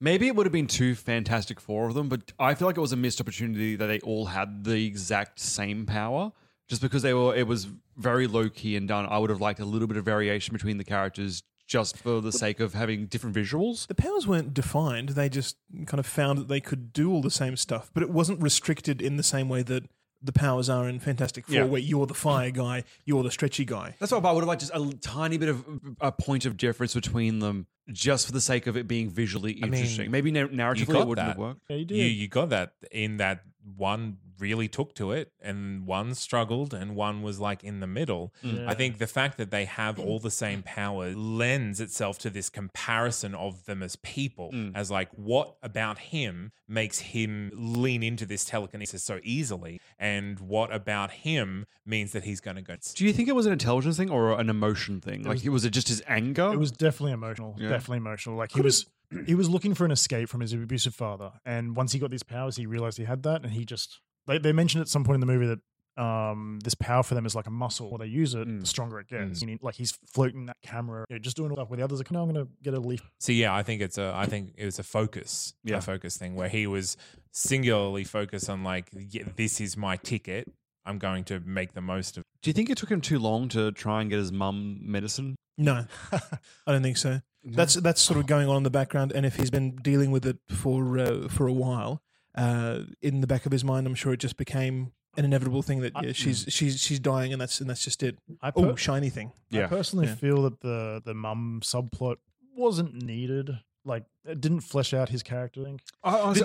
Speaker 10: Maybe it would have been two Fantastic Four of them, but I feel like it was a missed opportunity that they all had the exact same power. Just because they were, it was very low key and done. I would have liked a little bit of variation between the characters, just for the sake of having different visuals.
Speaker 4: The powers weren't defined. They just kind of found that they could do all the same stuff, but it wasn't restricted in the same way that the powers are in Fantastic Four,
Speaker 10: Yeah.
Speaker 4: where you're the fire guy, you're the stretchy guy.
Speaker 10: That's why I would have liked just a tiny bit of a point of difference between them, just for the sake of it being visually
Speaker 8: I mean,
Speaker 10: interesting. Maybe na- narratively
Speaker 8: you
Speaker 10: it
Speaker 8: got
Speaker 10: wouldn't have
Speaker 8: that.
Speaker 10: worked.
Speaker 1: Yeah, you did.
Speaker 8: You, you got that in that one really took to it and one struggled and one was like in the middle.
Speaker 10: Mm.
Speaker 8: I think the fact that they have all the same power lends itself to this comparison of them as people,
Speaker 1: Mm.
Speaker 8: as like what about him makes him lean into this telekinesis so easily, and what about him means that he's going to go.
Speaker 10: Do you think it was an intelligence thing or an emotion thing?
Speaker 7: It
Speaker 10: Like,
Speaker 7: was-
Speaker 10: it was it just his anger?
Speaker 7: It was definitely emotional.
Speaker 10: Yeah.
Speaker 7: Definitely emotional. Like he was he was looking for an escape from his abusive father, and once he got these powers, he realized he had that, and he just they they mentioned at some point in the movie that. Um, this power for them is like a muscle. Or they use it, the stronger it gets. You need- like he's floating that camera, you know, just doing stuff where the others are like, "No, I'm gonna get a leaf."
Speaker 8: So yeah, I think it's a I think it was a focus,
Speaker 10: Yeah.
Speaker 8: a focus thing where he was singularly focused on like yeah, this is my ticket. I'm going to make the most of.
Speaker 10: Do you think it took him too long to try and get his mum medicine?
Speaker 4: No, I don't think so. That's that's
Speaker 7: Oh.
Speaker 4: sort of going on in the background, and if he's been dealing with it for uh, for a while, uh, in the back of his mind, I'm sure it just became an inevitable thing that
Speaker 7: I-
Speaker 4: yeah, she's she's she's dying, and that's and that's just it.
Speaker 7: I per-
Speaker 4: oh, shiny thing.
Speaker 7: I personally
Speaker 4: Yeah.
Speaker 7: feel that the the mum subplot wasn't needed. Like it didn't flesh out his character. I think.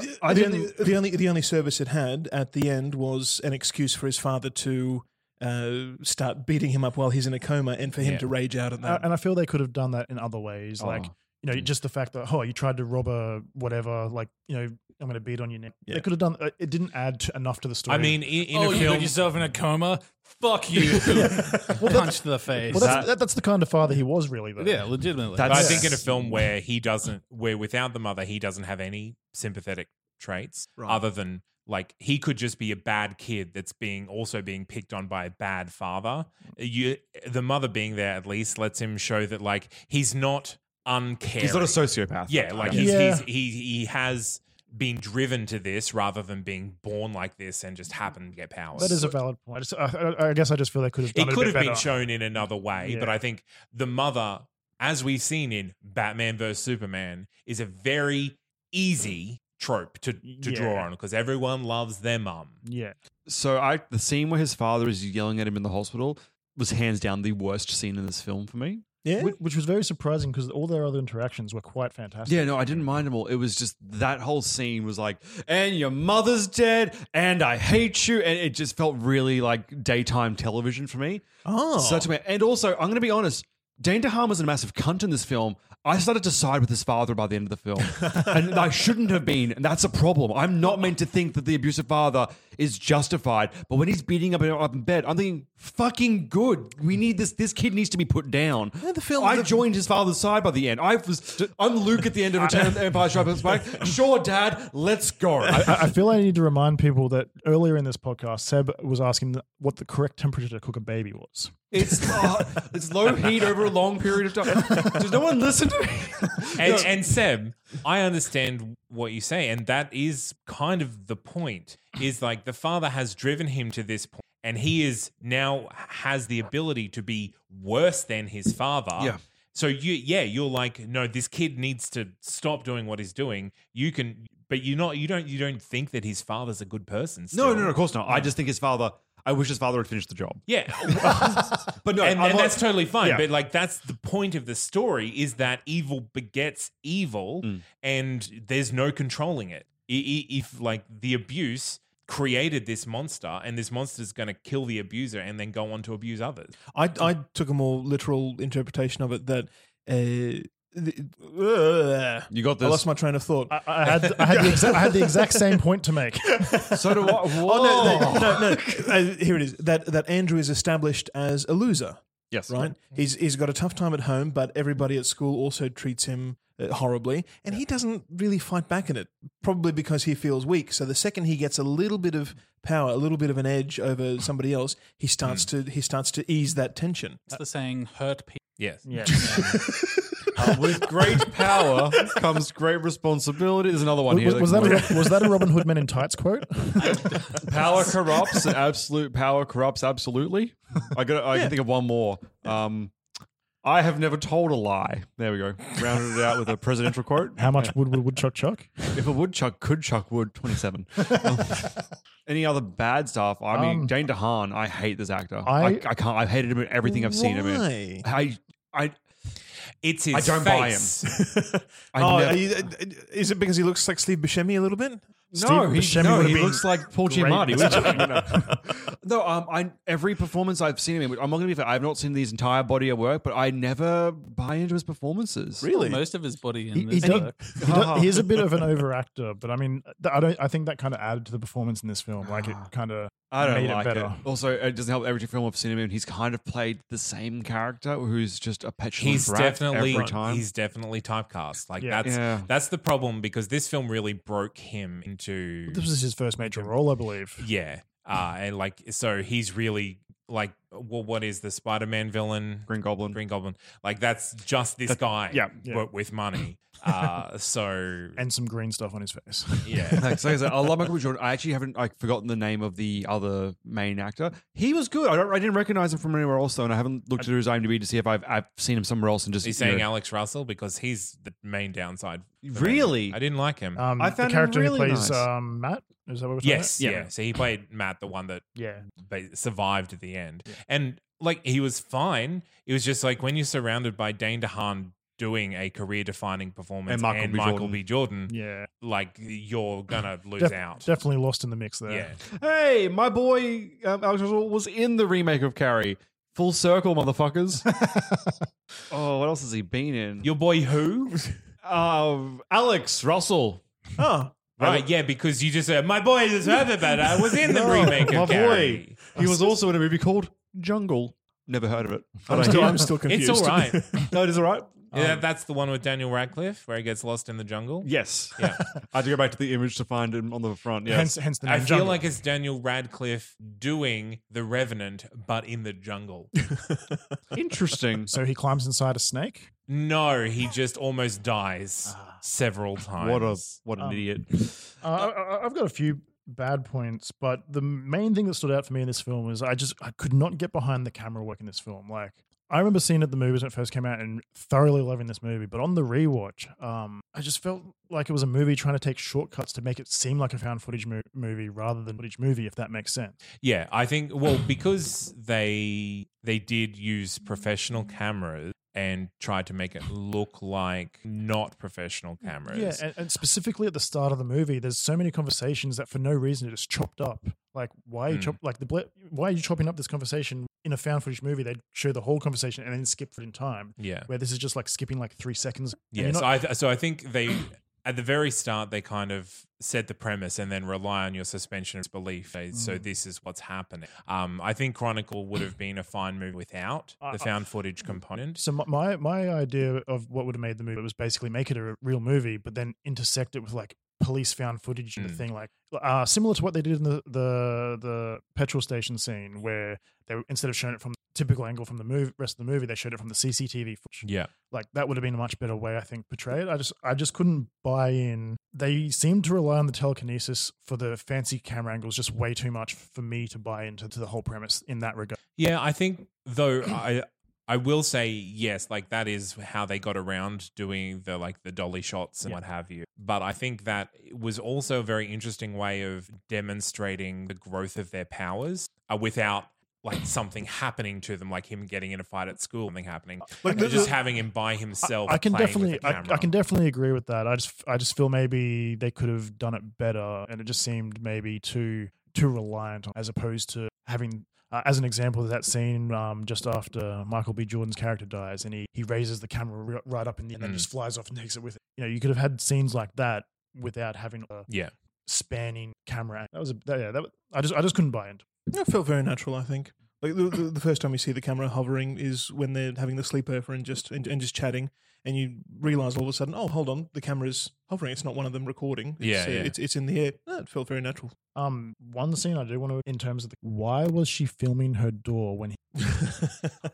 Speaker 4: the,
Speaker 7: I
Speaker 4: the
Speaker 7: didn't-
Speaker 4: only, the only the only service it had at the end was an excuse for his father to uh, start beating him up while he's in a coma, and for him
Speaker 7: Yeah.
Speaker 4: to rage out at
Speaker 7: Uh,
Speaker 4: that.
Speaker 7: and I feel they could have done that in other ways, like
Speaker 4: Oh.
Speaker 7: you know, just the fact that oh, you tried to rob a whatever, like you know, I'm going to beat on your neck. They could have done. uh, It didn't add to- enough to the story.
Speaker 8: I mean, in, in
Speaker 1: oh,
Speaker 8: a
Speaker 1: you
Speaker 8: film,
Speaker 1: put yourself in a coma? Fuck you. Punch to the face.
Speaker 7: well, that's, that, that's the kind of father he was, really. Though.
Speaker 1: yeah, legitimately.
Speaker 8: But I think in a film where he doesn't, where without the mother, he doesn't have any sympathetic traits
Speaker 10: Right.
Speaker 8: other than like he could just be a bad kid that's being also being picked on by a bad father.
Speaker 10: Mm.
Speaker 8: You, the mother being there at least lets him show that like he's not uncaring.
Speaker 10: He's not a sociopath.
Speaker 8: Yeah, like
Speaker 10: Yeah.
Speaker 8: he's, he's
Speaker 10: Yeah.
Speaker 8: he he has been driven to this rather than being born like this and just happened to get powers.
Speaker 7: that is a valid point. I, just, I, I- I guess I just feel they could have. Done
Speaker 8: It
Speaker 7: it, a
Speaker 8: could
Speaker 7: bit
Speaker 8: have been
Speaker 7: better.
Speaker 8: shown in another way, but
Speaker 7: Yeah.
Speaker 8: I think the mother, as we've seen in Batman vs Superman, is a very easy trope to, to draw
Speaker 10: Yeah.
Speaker 8: on because everyone loves their mum.
Speaker 7: Yeah.
Speaker 10: So I the scene where his father is yelling at him in the hospital was hands down the worst scene in this film for me.
Speaker 7: Whi- which, was very surprising because all their other interactions were quite fantastic.
Speaker 10: Yeah, no, I didn't mind them all. It was just that whole scene was like, and your mother's dead, and I hate you, and it just felt really like daytime television for me.
Speaker 4: Oh,
Speaker 10: such a man. And also, I'm going to be honest. Dane DeHaan was a massive cunt in this film. I started to side with his father by the end of the film, and I shouldn't have been. And that's a problem. I'm not meant to think that the abusive father is justified. But when he's beating up up in bed, I'm thinking, "Fucking good. We need this. This kid needs to be put down." the film. I joined his father's side by the end. I was. I'm Luke at the end of Return of the Empire Strikes Back. Sure, Dad. Let's go.
Speaker 7: I, I feel I need to remind people that earlier in this podcast, Seb was asking what the correct temperature to cook a baby was.
Speaker 10: It's uh, it's low heat over a long period of time. Does no one listen to me?
Speaker 8: And,
Speaker 10: No.
Speaker 8: and Seb, I understand what you say, and that is kind of the point. Is like the father has driven him to this point, and he is now has the ability to be worse than his father.
Speaker 10: Yeah.
Speaker 8: So you, yeah, you're like, no, this kid needs to stop doing what he's doing. You can, but you're not. You don't. You don't think that his father's a good person.
Speaker 10: No,
Speaker 8: still.
Speaker 10: no, no, of course not. I just think his father. I wish his father had finished the job.
Speaker 8: Yeah.
Speaker 10: But no,
Speaker 8: and,
Speaker 10: I'm
Speaker 8: and
Speaker 10: not-
Speaker 8: that's totally fine.
Speaker 10: Yeah.
Speaker 8: But like, that's the point of the story is that evil begets evil,
Speaker 10: Mm.
Speaker 8: and there's no controlling it. I- i- If like the abuse created this monster, and this monster's going to kill the abuser and then go on to abuse others.
Speaker 4: I, I took a more literal interpretation of it that. Uh, the-
Speaker 10: You got
Speaker 4: I
Speaker 10: this.
Speaker 4: lost my train of thought.
Speaker 7: I, I had I had, the exact, I had the exact same point to make.
Speaker 10: So do I.
Speaker 4: Oh no, no, no, no. Uh, here it is. That that Andrew is established as a loser.
Speaker 8: Yes.
Speaker 4: Right? He's, he's got a tough time at home, but everybody at school also treats him uh, horribly. And he doesn't really fight back in it, probably because he feels weak. So the second he gets a little bit of power, a little bit of an edge over somebody else, he starts, to, he starts to ease that tension.
Speaker 1: It's the saying, hurt people.
Speaker 8: Yes.
Speaker 10: Uh, with great power comes great responsibility. There's another one
Speaker 7: Was,
Speaker 10: here.
Speaker 7: was that
Speaker 10: comes-
Speaker 7: a, was that a Robin Hood Men in Tights quote?
Speaker 10: Power corrupts. Absolute power corrupts. Absolutely. I got. I
Speaker 7: Yeah.
Speaker 10: can think of one more. Um, I have never told a lie. There we go. Rounded it out with a presidential quote.
Speaker 7: How much wood would Woodchuck chuck?
Speaker 10: If a woodchuck could chuck wood, twenty-seven. Um, any other bad stuff? I mean,
Speaker 7: Um,
Speaker 10: Jane DeHaan. I hate this actor. I, I,
Speaker 7: I-
Speaker 10: can't. I've hated him in everything I've seen him in.
Speaker 4: Why?
Speaker 10: I, I,
Speaker 8: It's
Speaker 10: I
Speaker 8: his
Speaker 10: don't buy him.
Speaker 8: face.
Speaker 10: I
Speaker 4: oh,
Speaker 10: never-
Speaker 4: are you- uh, is it because he looks like Steve Buscemi a little bit?
Speaker 10: No, he,
Speaker 4: Buscemi
Speaker 10: no,
Speaker 4: would have
Speaker 10: he
Speaker 4: been
Speaker 10: looks like Paul
Speaker 4: great
Speaker 10: Giamatti.
Speaker 4: with
Speaker 10: What
Speaker 4: that.
Speaker 10: are you talking about? no, um, I, every performance I've seen him in, which I'm not going to be fair, I've not seen his entire body of work, but I never buy into his performances.
Speaker 1: Really? Most of his body in
Speaker 7: He, he
Speaker 1: this
Speaker 7: does-
Speaker 1: work.
Speaker 7: he does- he is a bit of an overactor, but I mean, th- I don't. I think that kind of added to the performance in this film. Like it kind of
Speaker 10: I don't
Speaker 7: made
Speaker 10: like
Speaker 7: it better.
Speaker 10: it. Also, it doesn't help every film I've seen him in. He's kind of played the same character who's just a petulant
Speaker 8: he's
Speaker 10: brat
Speaker 8: definitely
Speaker 10: every time.
Speaker 8: he's definitely typecast. Like
Speaker 7: Yeah.
Speaker 8: that's
Speaker 10: Yeah.
Speaker 8: that's the problem because this film really broke him into
Speaker 7: This was his first major role, I believe.
Speaker 8: yeah. Uh, and like so he's really like well, what is the Spider-Man villain?
Speaker 10: Green Goblin.
Speaker 8: Green Goblin. Like that's just this guy.
Speaker 7: yeah, yeah.
Speaker 8: But with money. Uh, so
Speaker 7: And some green stuff on his face.
Speaker 8: yeah.
Speaker 10: like, so like I said, I love Michael B. Jordan. I actually haven't like forgotten the name of the other main actor. He was good. I don't. I didn't recognize him from anywhere else though, and I haven't looked at his IMDb to see if I've I've seen him somewhere else and just
Speaker 8: He's
Speaker 10: you know-
Speaker 8: saying Alex Russell because he's the main downside. for me.
Speaker 10: Really?
Speaker 8: I didn't like him.
Speaker 7: Um,
Speaker 10: I found him
Speaker 7: the character
Speaker 10: really
Speaker 7: who plays
Speaker 10: nice.
Speaker 7: um, Matt. Is that what we're talking
Speaker 8: Yes,
Speaker 7: about?
Speaker 8: yeah. So he played Matt, the one that
Speaker 7: Yeah.
Speaker 8: ba- survived at the end, and like he was fine. It was just like when you're surrounded by Dane DeHaan doing a career-defining performance
Speaker 10: And
Speaker 8: and
Speaker 10: Michael
Speaker 8: Michael,
Speaker 10: B.
Speaker 8: B.
Speaker 10: Jordan.
Speaker 8: Jordan,
Speaker 7: Yeah.
Speaker 8: like you're gonna lose
Speaker 7: Def-
Speaker 8: out.
Speaker 7: Definitely lost in the mix there.
Speaker 8: Yeah,
Speaker 10: Hey, my boy um, Alex Russell was in the remake of Carrie. Full circle, motherfuckers. oh, what else has he been in?
Speaker 8: your boy who?
Speaker 10: Um, Alex Russell.
Speaker 4: Oh,
Speaker 8: right, yeah, because you just said my boy is rather better. I was in the remake
Speaker 10: my
Speaker 8: of Carrie.
Speaker 10: boy. He was also in a movie called Jungle. Never heard of it. But
Speaker 4: I'm
Speaker 10: I
Speaker 4: still,
Speaker 10: hear-
Speaker 4: I'm still confused.
Speaker 8: It's all right.
Speaker 10: no, it is all right.
Speaker 8: yeah, that's the one with Daniel Radcliffe where he gets lost in the jungle.
Speaker 10: Yes.
Speaker 8: Yeah.
Speaker 10: I had to go back to the image to find him on the front. Yes.
Speaker 7: Hence, hence the name
Speaker 8: I feel
Speaker 7: Jungle.
Speaker 8: like it's Daniel Radcliffe doing The Revenant, but in the jungle.
Speaker 10: Interesting.
Speaker 7: so he climbs inside a snake.
Speaker 8: no, he just almost dies several times.
Speaker 10: what a what an
Speaker 7: Um,
Speaker 10: idiot.
Speaker 7: Uh, I- I, I've got a few bad points, but the main thing that stood out for me in this film was I just I could not get behind the camera work in this film. Like I remember seeing it at the movies when it first came out and thoroughly loving this movie, but on the rewatch, um, I just felt like it was a movie trying to take shortcuts to make it seem like a found footage mo- movie rather than footage movie, if that makes sense.
Speaker 8: Yeah, I think well because they they did use professional cameras and tried to make it look like not professional cameras.
Speaker 7: Yeah, and, and specifically at the start of the movie, there's so many conversations that for no reason are just chopped up. Like why are you
Speaker 8: Mm.
Speaker 7: chop like the ble- why are you chopping up this conversation in a found footage movie? They'd show the whole conversation and then skip it in time.
Speaker 8: Yeah.
Speaker 7: where this is just like skipping like three seconds. and you're
Speaker 8: Yeah, so
Speaker 7: not-
Speaker 8: I, th- so I think they at the very start they kind of set the premise and then rely on your suspension of belief. eh,
Speaker 7: Mm.
Speaker 8: So this is what's happening. Um, I think Chronicle would have been a fine movie without
Speaker 7: I- Mm. I-
Speaker 8: the found footage component.
Speaker 7: so my, my my idea of what would have made the movie was basically make it a real movie, but then intersect it with like police found footage and the
Speaker 8: Mm.
Speaker 7: thing like uh, similar to what they did in the, the the petrol station scene where they instead of showing it from the typical angle from the movie rest of the movie they showed it from the CCTV footage.
Speaker 8: Yeah,
Speaker 7: like that would have been a much better way i think portrayed i just i just couldn't buy in they seemed to rely on the telekinesis for the fancy camera angles just way too much for me to buy into to the whole premise in that regard
Speaker 8: yeah. I think though I I will say yes, like that is how they got around doing the like the dolly shots and
Speaker 7: Yeah.
Speaker 8: what have you. But I think that was also a very interesting way of demonstrating the growth of their powers uh, without like something happening to them, like him getting in a fight at school, something happening.
Speaker 7: Like,
Speaker 8: Like
Speaker 7: the-
Speaker 8: just
Speaker 7: the-
Speaker 8: having him by himself.
Speaker 7: I, I can
Speaker 8: playing with
Speaker 7: definitely
Speaker 8: the
Speaker 7: I, I
Speaker 8: camera.
Speaker 7: can definitely agree with that i just i just feel maybe they could have done it better and it just seemed maybe too too reliant on as opposed to having uh, as an example of that scene um, just after Michael B. Jordan's character dies and he, he raises the camera ri- right up in the, and then
Speaker 8: Mm.
Speaker 7: just flies off and takes it with it. You know, you could have had scenes like that without having a
Speaker 8: Yeah.
Speaker 7: spanning camera. That was a, that, yeah. That was, I just I just couldn't buy into.
Speaker 4: It felt very natural, I think. Like the, the, the first time you see the camera hovering is when they're having the sleepover and just and, and just chatting, and you realize all of a sudden, oh, hold on, the camera's hovering. It's not one of them recording. It's,
Speaker 8: Yeah,
Speaker 4: uh,
Speaker 8: yeah.
Speaker 4: It's, it's in the air. No, it felt very natural.
Speaker 7: Um, one scene I do want to, in terms of the, why was she filming her door when he?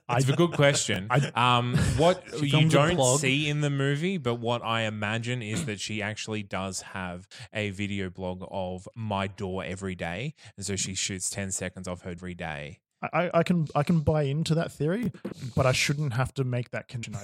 Speaker 8: It's a good question. um, what
Speaker 7: She
Speaker 8: you
Speaker 7: films a
Speaker 8: don't
Speaker 7: blog.
Speaker 8: see in the movie, but what I imagine is that she actually does have a video blog of my door every day, and so she shoots ten seconds of her every day.
Speaker 7: I, I- I can I can buy into that theory, but I shouldn't have to make that connection. I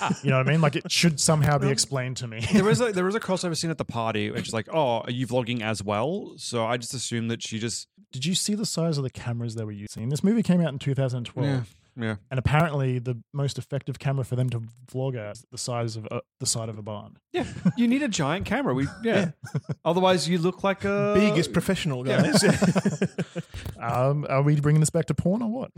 Speaker 7: think. you know what I mean? Like it should somehow be explained to me.
Speaker 10: Um, there is a there is a crossover scene at the party, which is like, oh, are you vlogging as well? So I just assume that she just
Speaker 7: Did you see the size of the cameras they were using? This movie came out in 2012.
Speaker 10: yeah.
Speaker 7: And apparently, the most effective camera for them to vlog at is the size of uh, the side of a barn.
Speaker 10: Yeah, you need a giant camera. We yeah. Otherwise, you look like
Speaker 8: Uh,
Speaker 10: a
Speaker 4: Big is professional,
Speaker 10: Yeah.
Speaker 4: guys.
Speaker 7: Um, are we bringing this back to porn or what?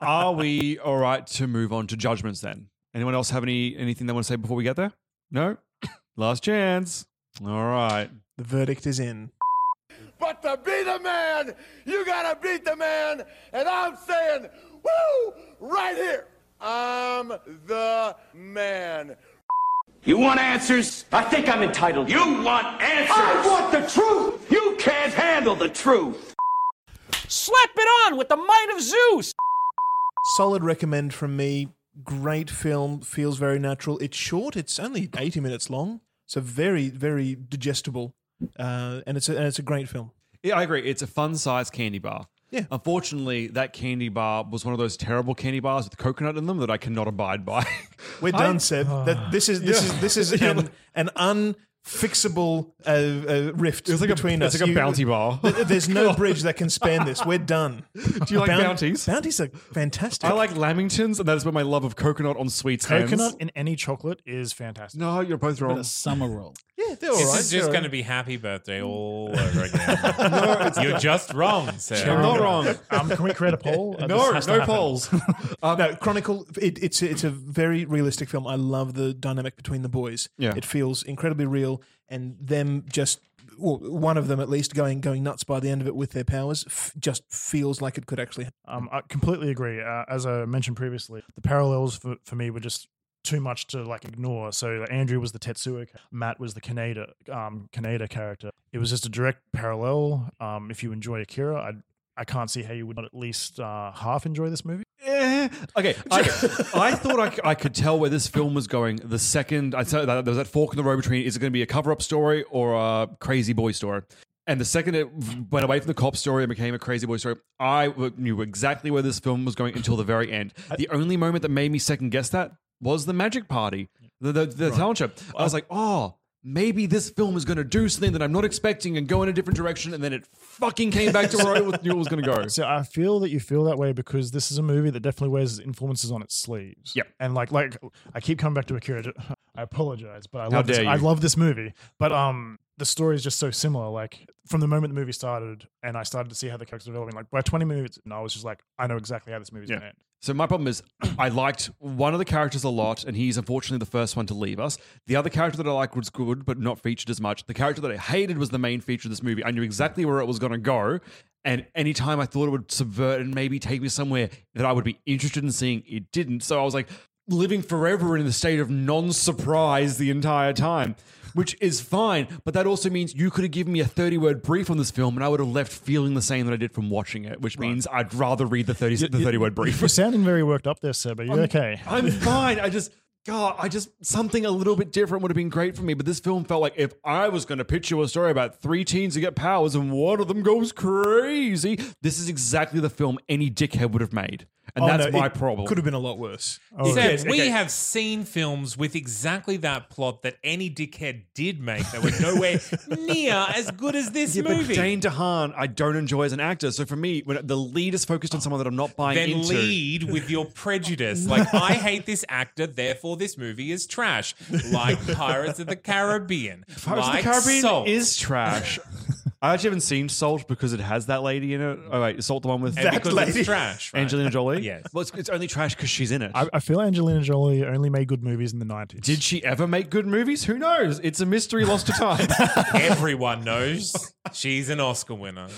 Speaker 10: Are we all right to move on to judgments then? Anyone else have any anything they want to say before we get there? No. Last chance. All right.
Speaker 4: The verdict is in.
Speaker 9: But to be the man, you gotta beat the man. And I'm saying, woo, right here. I'm the man.
Speaker 19: You want answers? I think I'm entitled. You want answers? I want the truth. You can't handle the truth.
Speaker 20: Slap it on with the might of Zeus!
Speaker 4: Solid recommend from me. Great film. Feels very natural. It's short. It's only eighty minutes long, so very very digestible. Uh, and it's a, and it's a great film.
Speaker 10: Yeah, I agree. It's a fun sized candy bar.
Speaker 4: Yeah.
Speaker 10: Unfortunately, that candy bar was one of those terrible candy bars with coconut in them that I cannot abide by.
Speaker 4: We're done, Seb. That this is this
Speaker 10: Ah. Yeah.
Speaker 4: is this is an an unfixable uh, uh, rift
Speaker 10: It's like a-
Speaker 4: between us.
Speaker 10: it's like a bounty bar.
Speaker 4: th- there's no bridge that can span this. We're done.
Speaker 10: Do you like
Speaker 4: Boun-
Speaker 10: bounties?
Speaker 4: Bounties are fantastic.
Speaker 10: I like lamingtons, and that is where my love of coconut on sweets
Speaker 7: Coconut
Speaker 10: ends.
Speaker 7: in any chocolate is fantastic.
Speaker 10: No, you're both
Speaker 7: But
Speaker 10: wrong.
Speaker 7: a
Speaker 1: summer roll.
Speaker 4: Yeah, they're
Speaker 8: This is just going to be happy birthday all over again. You're just wrong, sir.
Speaker 10: I'm not wrong.
Speaker 7: Um, can we create a poll? Uh,
Speaker 10: No,
Speaker 7: this has to
Speaker 10: no
Speaker 7: happen.
Speaker 10: polls. uh,
Speaker 4: no, Chronicle. It, it's a, it's a very realistic film. I love the dynamic between the boys.
Speaker 10: Yeah.
Speaker 4: it feels incredibly real, and them just well, one of them at least going going nuts by the end of it with their powers f- just feels like it could actually. happen.
Speaker 7: Um, I completely agree. Uh, as I mentioned previously, the parallels for, for me were just too much to like ignore. So like, Andrew was the Tetsuo, ca- Matt was the Kaneda, um, Kaneda character. It was just a direct parallel. Um, if you enjoy Akira, I I can't see how you would not at least uh, half enjoy this movie.
Speaker 10: Eh, okay, I, I thought I, c- I could tell where this film was going the second I said that there was that fork in the road between is it going to be a cover up story or a crazy boy story. And the second it went away from the cop story and became a crazy boy story, I w- knew exactly where this film was going until the very end. The only moment that made me second guess that was the magic party, the the, the talent show. I was like, oh, maybe this film is going to do something that I'm not expecting and go in a different direction. And then it fucking came back to where I knew it was going to go.
Speaker 7: So I feel that you feel that way because this is a movie that definitely wears its influences on its sleeves.
Speaker 10: Yep.
Speaker 7: And like like I keep coming back to Akira. I apologize, but I
Speaker 10: How
Speaker 7: love this,
Speaker 10: dare
Speaker 7: I
Speaker 10: you.
Speaker 7: love this movie. But um the story is just so similar. Like from the moment the movie started and I started to see how the characters were developing, like by 20 minutes, and I was just like, I know exactly how this movie's gonna end.
Speaker 10: So my problem is I liked one of the characters a lot, and he's unfortunately the first one to leave us. The other character that I liked was good, but not featured as much. The character that I hated was the main feature of this movie. I knew exactly where it was going to go. And anytime I thought it would subvert and maybe take me somewhere that I would be interested in seeing, it didn't. So I was like living forever in the state of non surprise the entire time, which is fine. But that also means you could have given me a 30 word brief on this film and I would have left feeling the same that I did from watching it, which means I'd rather read the 30, the 30 word brief.
Speaker 7: You're sounding very worked up there, sir,
Speaker 4: Um,
Speaker 7: but you
Speaker 10: I'm-
Speaker 7: okay?
Speaker 10: I'm fine. I just, God, I just, something a little bit different would have been great for me. But this film felt like if I was going to pitch you a story about three teens who get powers and one of them goes crazy, this is exactly the film any dickhead would have made. And
Speaker 4: Oh,
Speaker 10: that's
Speaker 4: no,
Speaker 10: my
Speaker 4: it
Speaker 10: problem.
Speaker 4: Could have been a lot worse.
Speaker 7: Oh,
Speaker 8: Seb,
Speaker 10: yes,
Speaker 8: we
Speaker 10: okay.
Speaker 8: have seen films with exactly that plot that any dickhead did make that were nowhere near as good as this
Speaker 10: Yeah,
Speaker 8: movie.
Speaker 10: But Dane DeHaan, I don't enjoy as an actor. So for me, when the lead is focused on someone that I'm not buying
Speaker 8: then
Speaker 10: into.
Speaker 8: lead with your prejudice. Like, I hate this actor, therefore this movie is trash. Like Pirates of the Caribbean.
Speaker 10: Pirates of
Speaker 8: like
Speaker 10: the Caribbean
Speaker 8: Salt.
Speaker 10: is trash. I actually haven't seen Salt because it has that lady in it. Oh wait, Salt the one with
Speaker 8: And That because it's lady. trash, right?
Speaker 10: Angelina Jolie.
Speaker 8: Yes.
Speaker 10: well, it's, it's only trash because she's in it.
Speaker 7: I, I feel Angelina Jolie only made good movies in the 90s.
Speaker 10: Did she ever make good movies? Who knows? It's a mystery lost to time.
Speaker 8: Everyone knows she's an Oscar winner.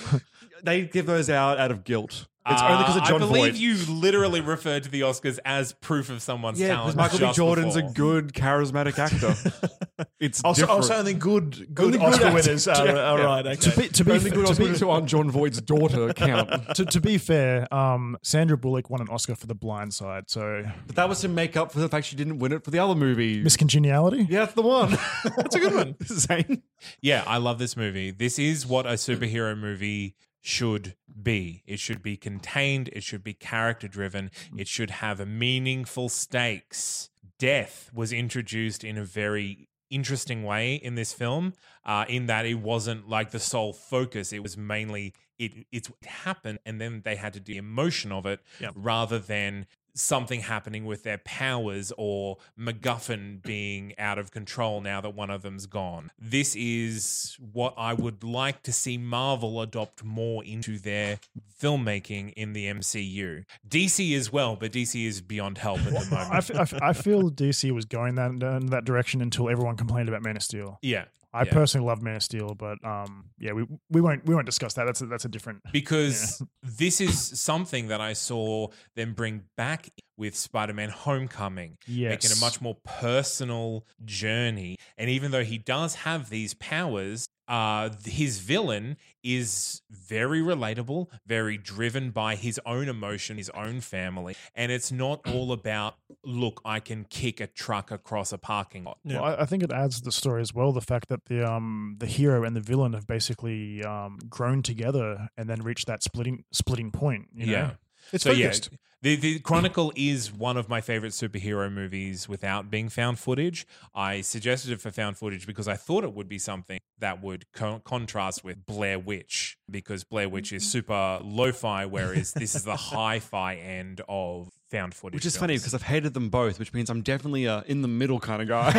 Speaker 10: they give those out out of guilt.
Speaker 7: It's only 'cause of
Speaker 10: Ah,
Speaker 8: Uh,
Speaker 7: John
Speaker 8: I believe
Speaker 7: Voight.
Speaker 8: you literally referred to the Oscars as proof of someone's
Speaker 10: Yeah,
Speaker 8: talent.
Speaker 10: because Michael B.
Speaker 8: just
Speaker 10: Jordan's
Speaker 8: before.
Speaker 10: a good, charismatic actor. it's
Speaker 4: Also,
Speaker 10: different.
Speaker 4: also only good, good
Speaker 10: Only
Speaker 4: Oscar
Speaker 10: actor.
Speaker 4: winners are,
Speaker 10: Yeah.
Speaker 4: are right. Okay.
Speaker 10: To be, to be,
Speaker 4: Only
Speaker 10: to
Speaker 4: good Oscar
Speaker 10: be-
Speaker 4: winners.
Speaker 10: to on John Voight's daughter count.
Speaker 7: to, to be fair, um, Sandra Bullock won an Oscar for The Blind Side, so
Speaker 10: But that was to make up for the fact she didn't win it for the other movie.
Speaker 7: miscongeniality.
Speaker 10: Yeah, that's the one. that's a good one. Zane.
Speaker 8: Yeah, I love this movie. This is what a superhero movie should be. It should be contained, it should be character driven, it should have meaningful stakes. Death was introduced in a very interesting way in this film, uh, in that it wasn't like the sole focus. It was mainly it it's what happened and then they had to do the emotion of it rather than something happening with their powers or MacGuffin being out of control now that one of them's gone. This is what I would like to see Marvel adopt more into their filmmaking in the MCU. DC as well, but DC is beyond help at the moment.
Speaker 7: I, f- I, f- I feel DC was going that uh, in that direction until everyone complained about Man of Steel.
Speaker 8: Yeah,
Speaker 7: I
Speaker 8: yeah.
Speaker 7: personally love Man of Steel, but um, yeah, we we won't we won't discuss that. That's a, that's a different.
Speaker 8: because this is something that I saw them bring back with Spider-Man Homecoming, making
Speaker 7: Yes.
Speaker 8: a much more personal journey. And even though he does have these powers, uh, th- his villain is very relatable, very driven by his own emotion, his own family, and it's not all about look, I can kick a truck across a parking lot.
Speaker 7: Well, I, I think it adds to the story as well the fact that the um the hero and the villain have basically um grown together and then reached that splitting splitting point. You know?
Speaker 8: Yeah.
Speaker 7: it's
Speaker 8: so
Speaker 7: focused.
Speaker 8: yeah, the the Chronicle is one of my favorite superhero movies without being found footage. I suggested it for found footage because I thought it would be something that would co- contrast with Blair Witch because Blair Witch
Speaker 10: Mm-hmm.
Speaker 8: is super lo-fi whereas this is the hi-fi end of found footage.
Speaker 10: Which is
Speaker 8: films.
Speaker 10: funny because I've hated them both, which means I'm definitely a in the middle kind of guy.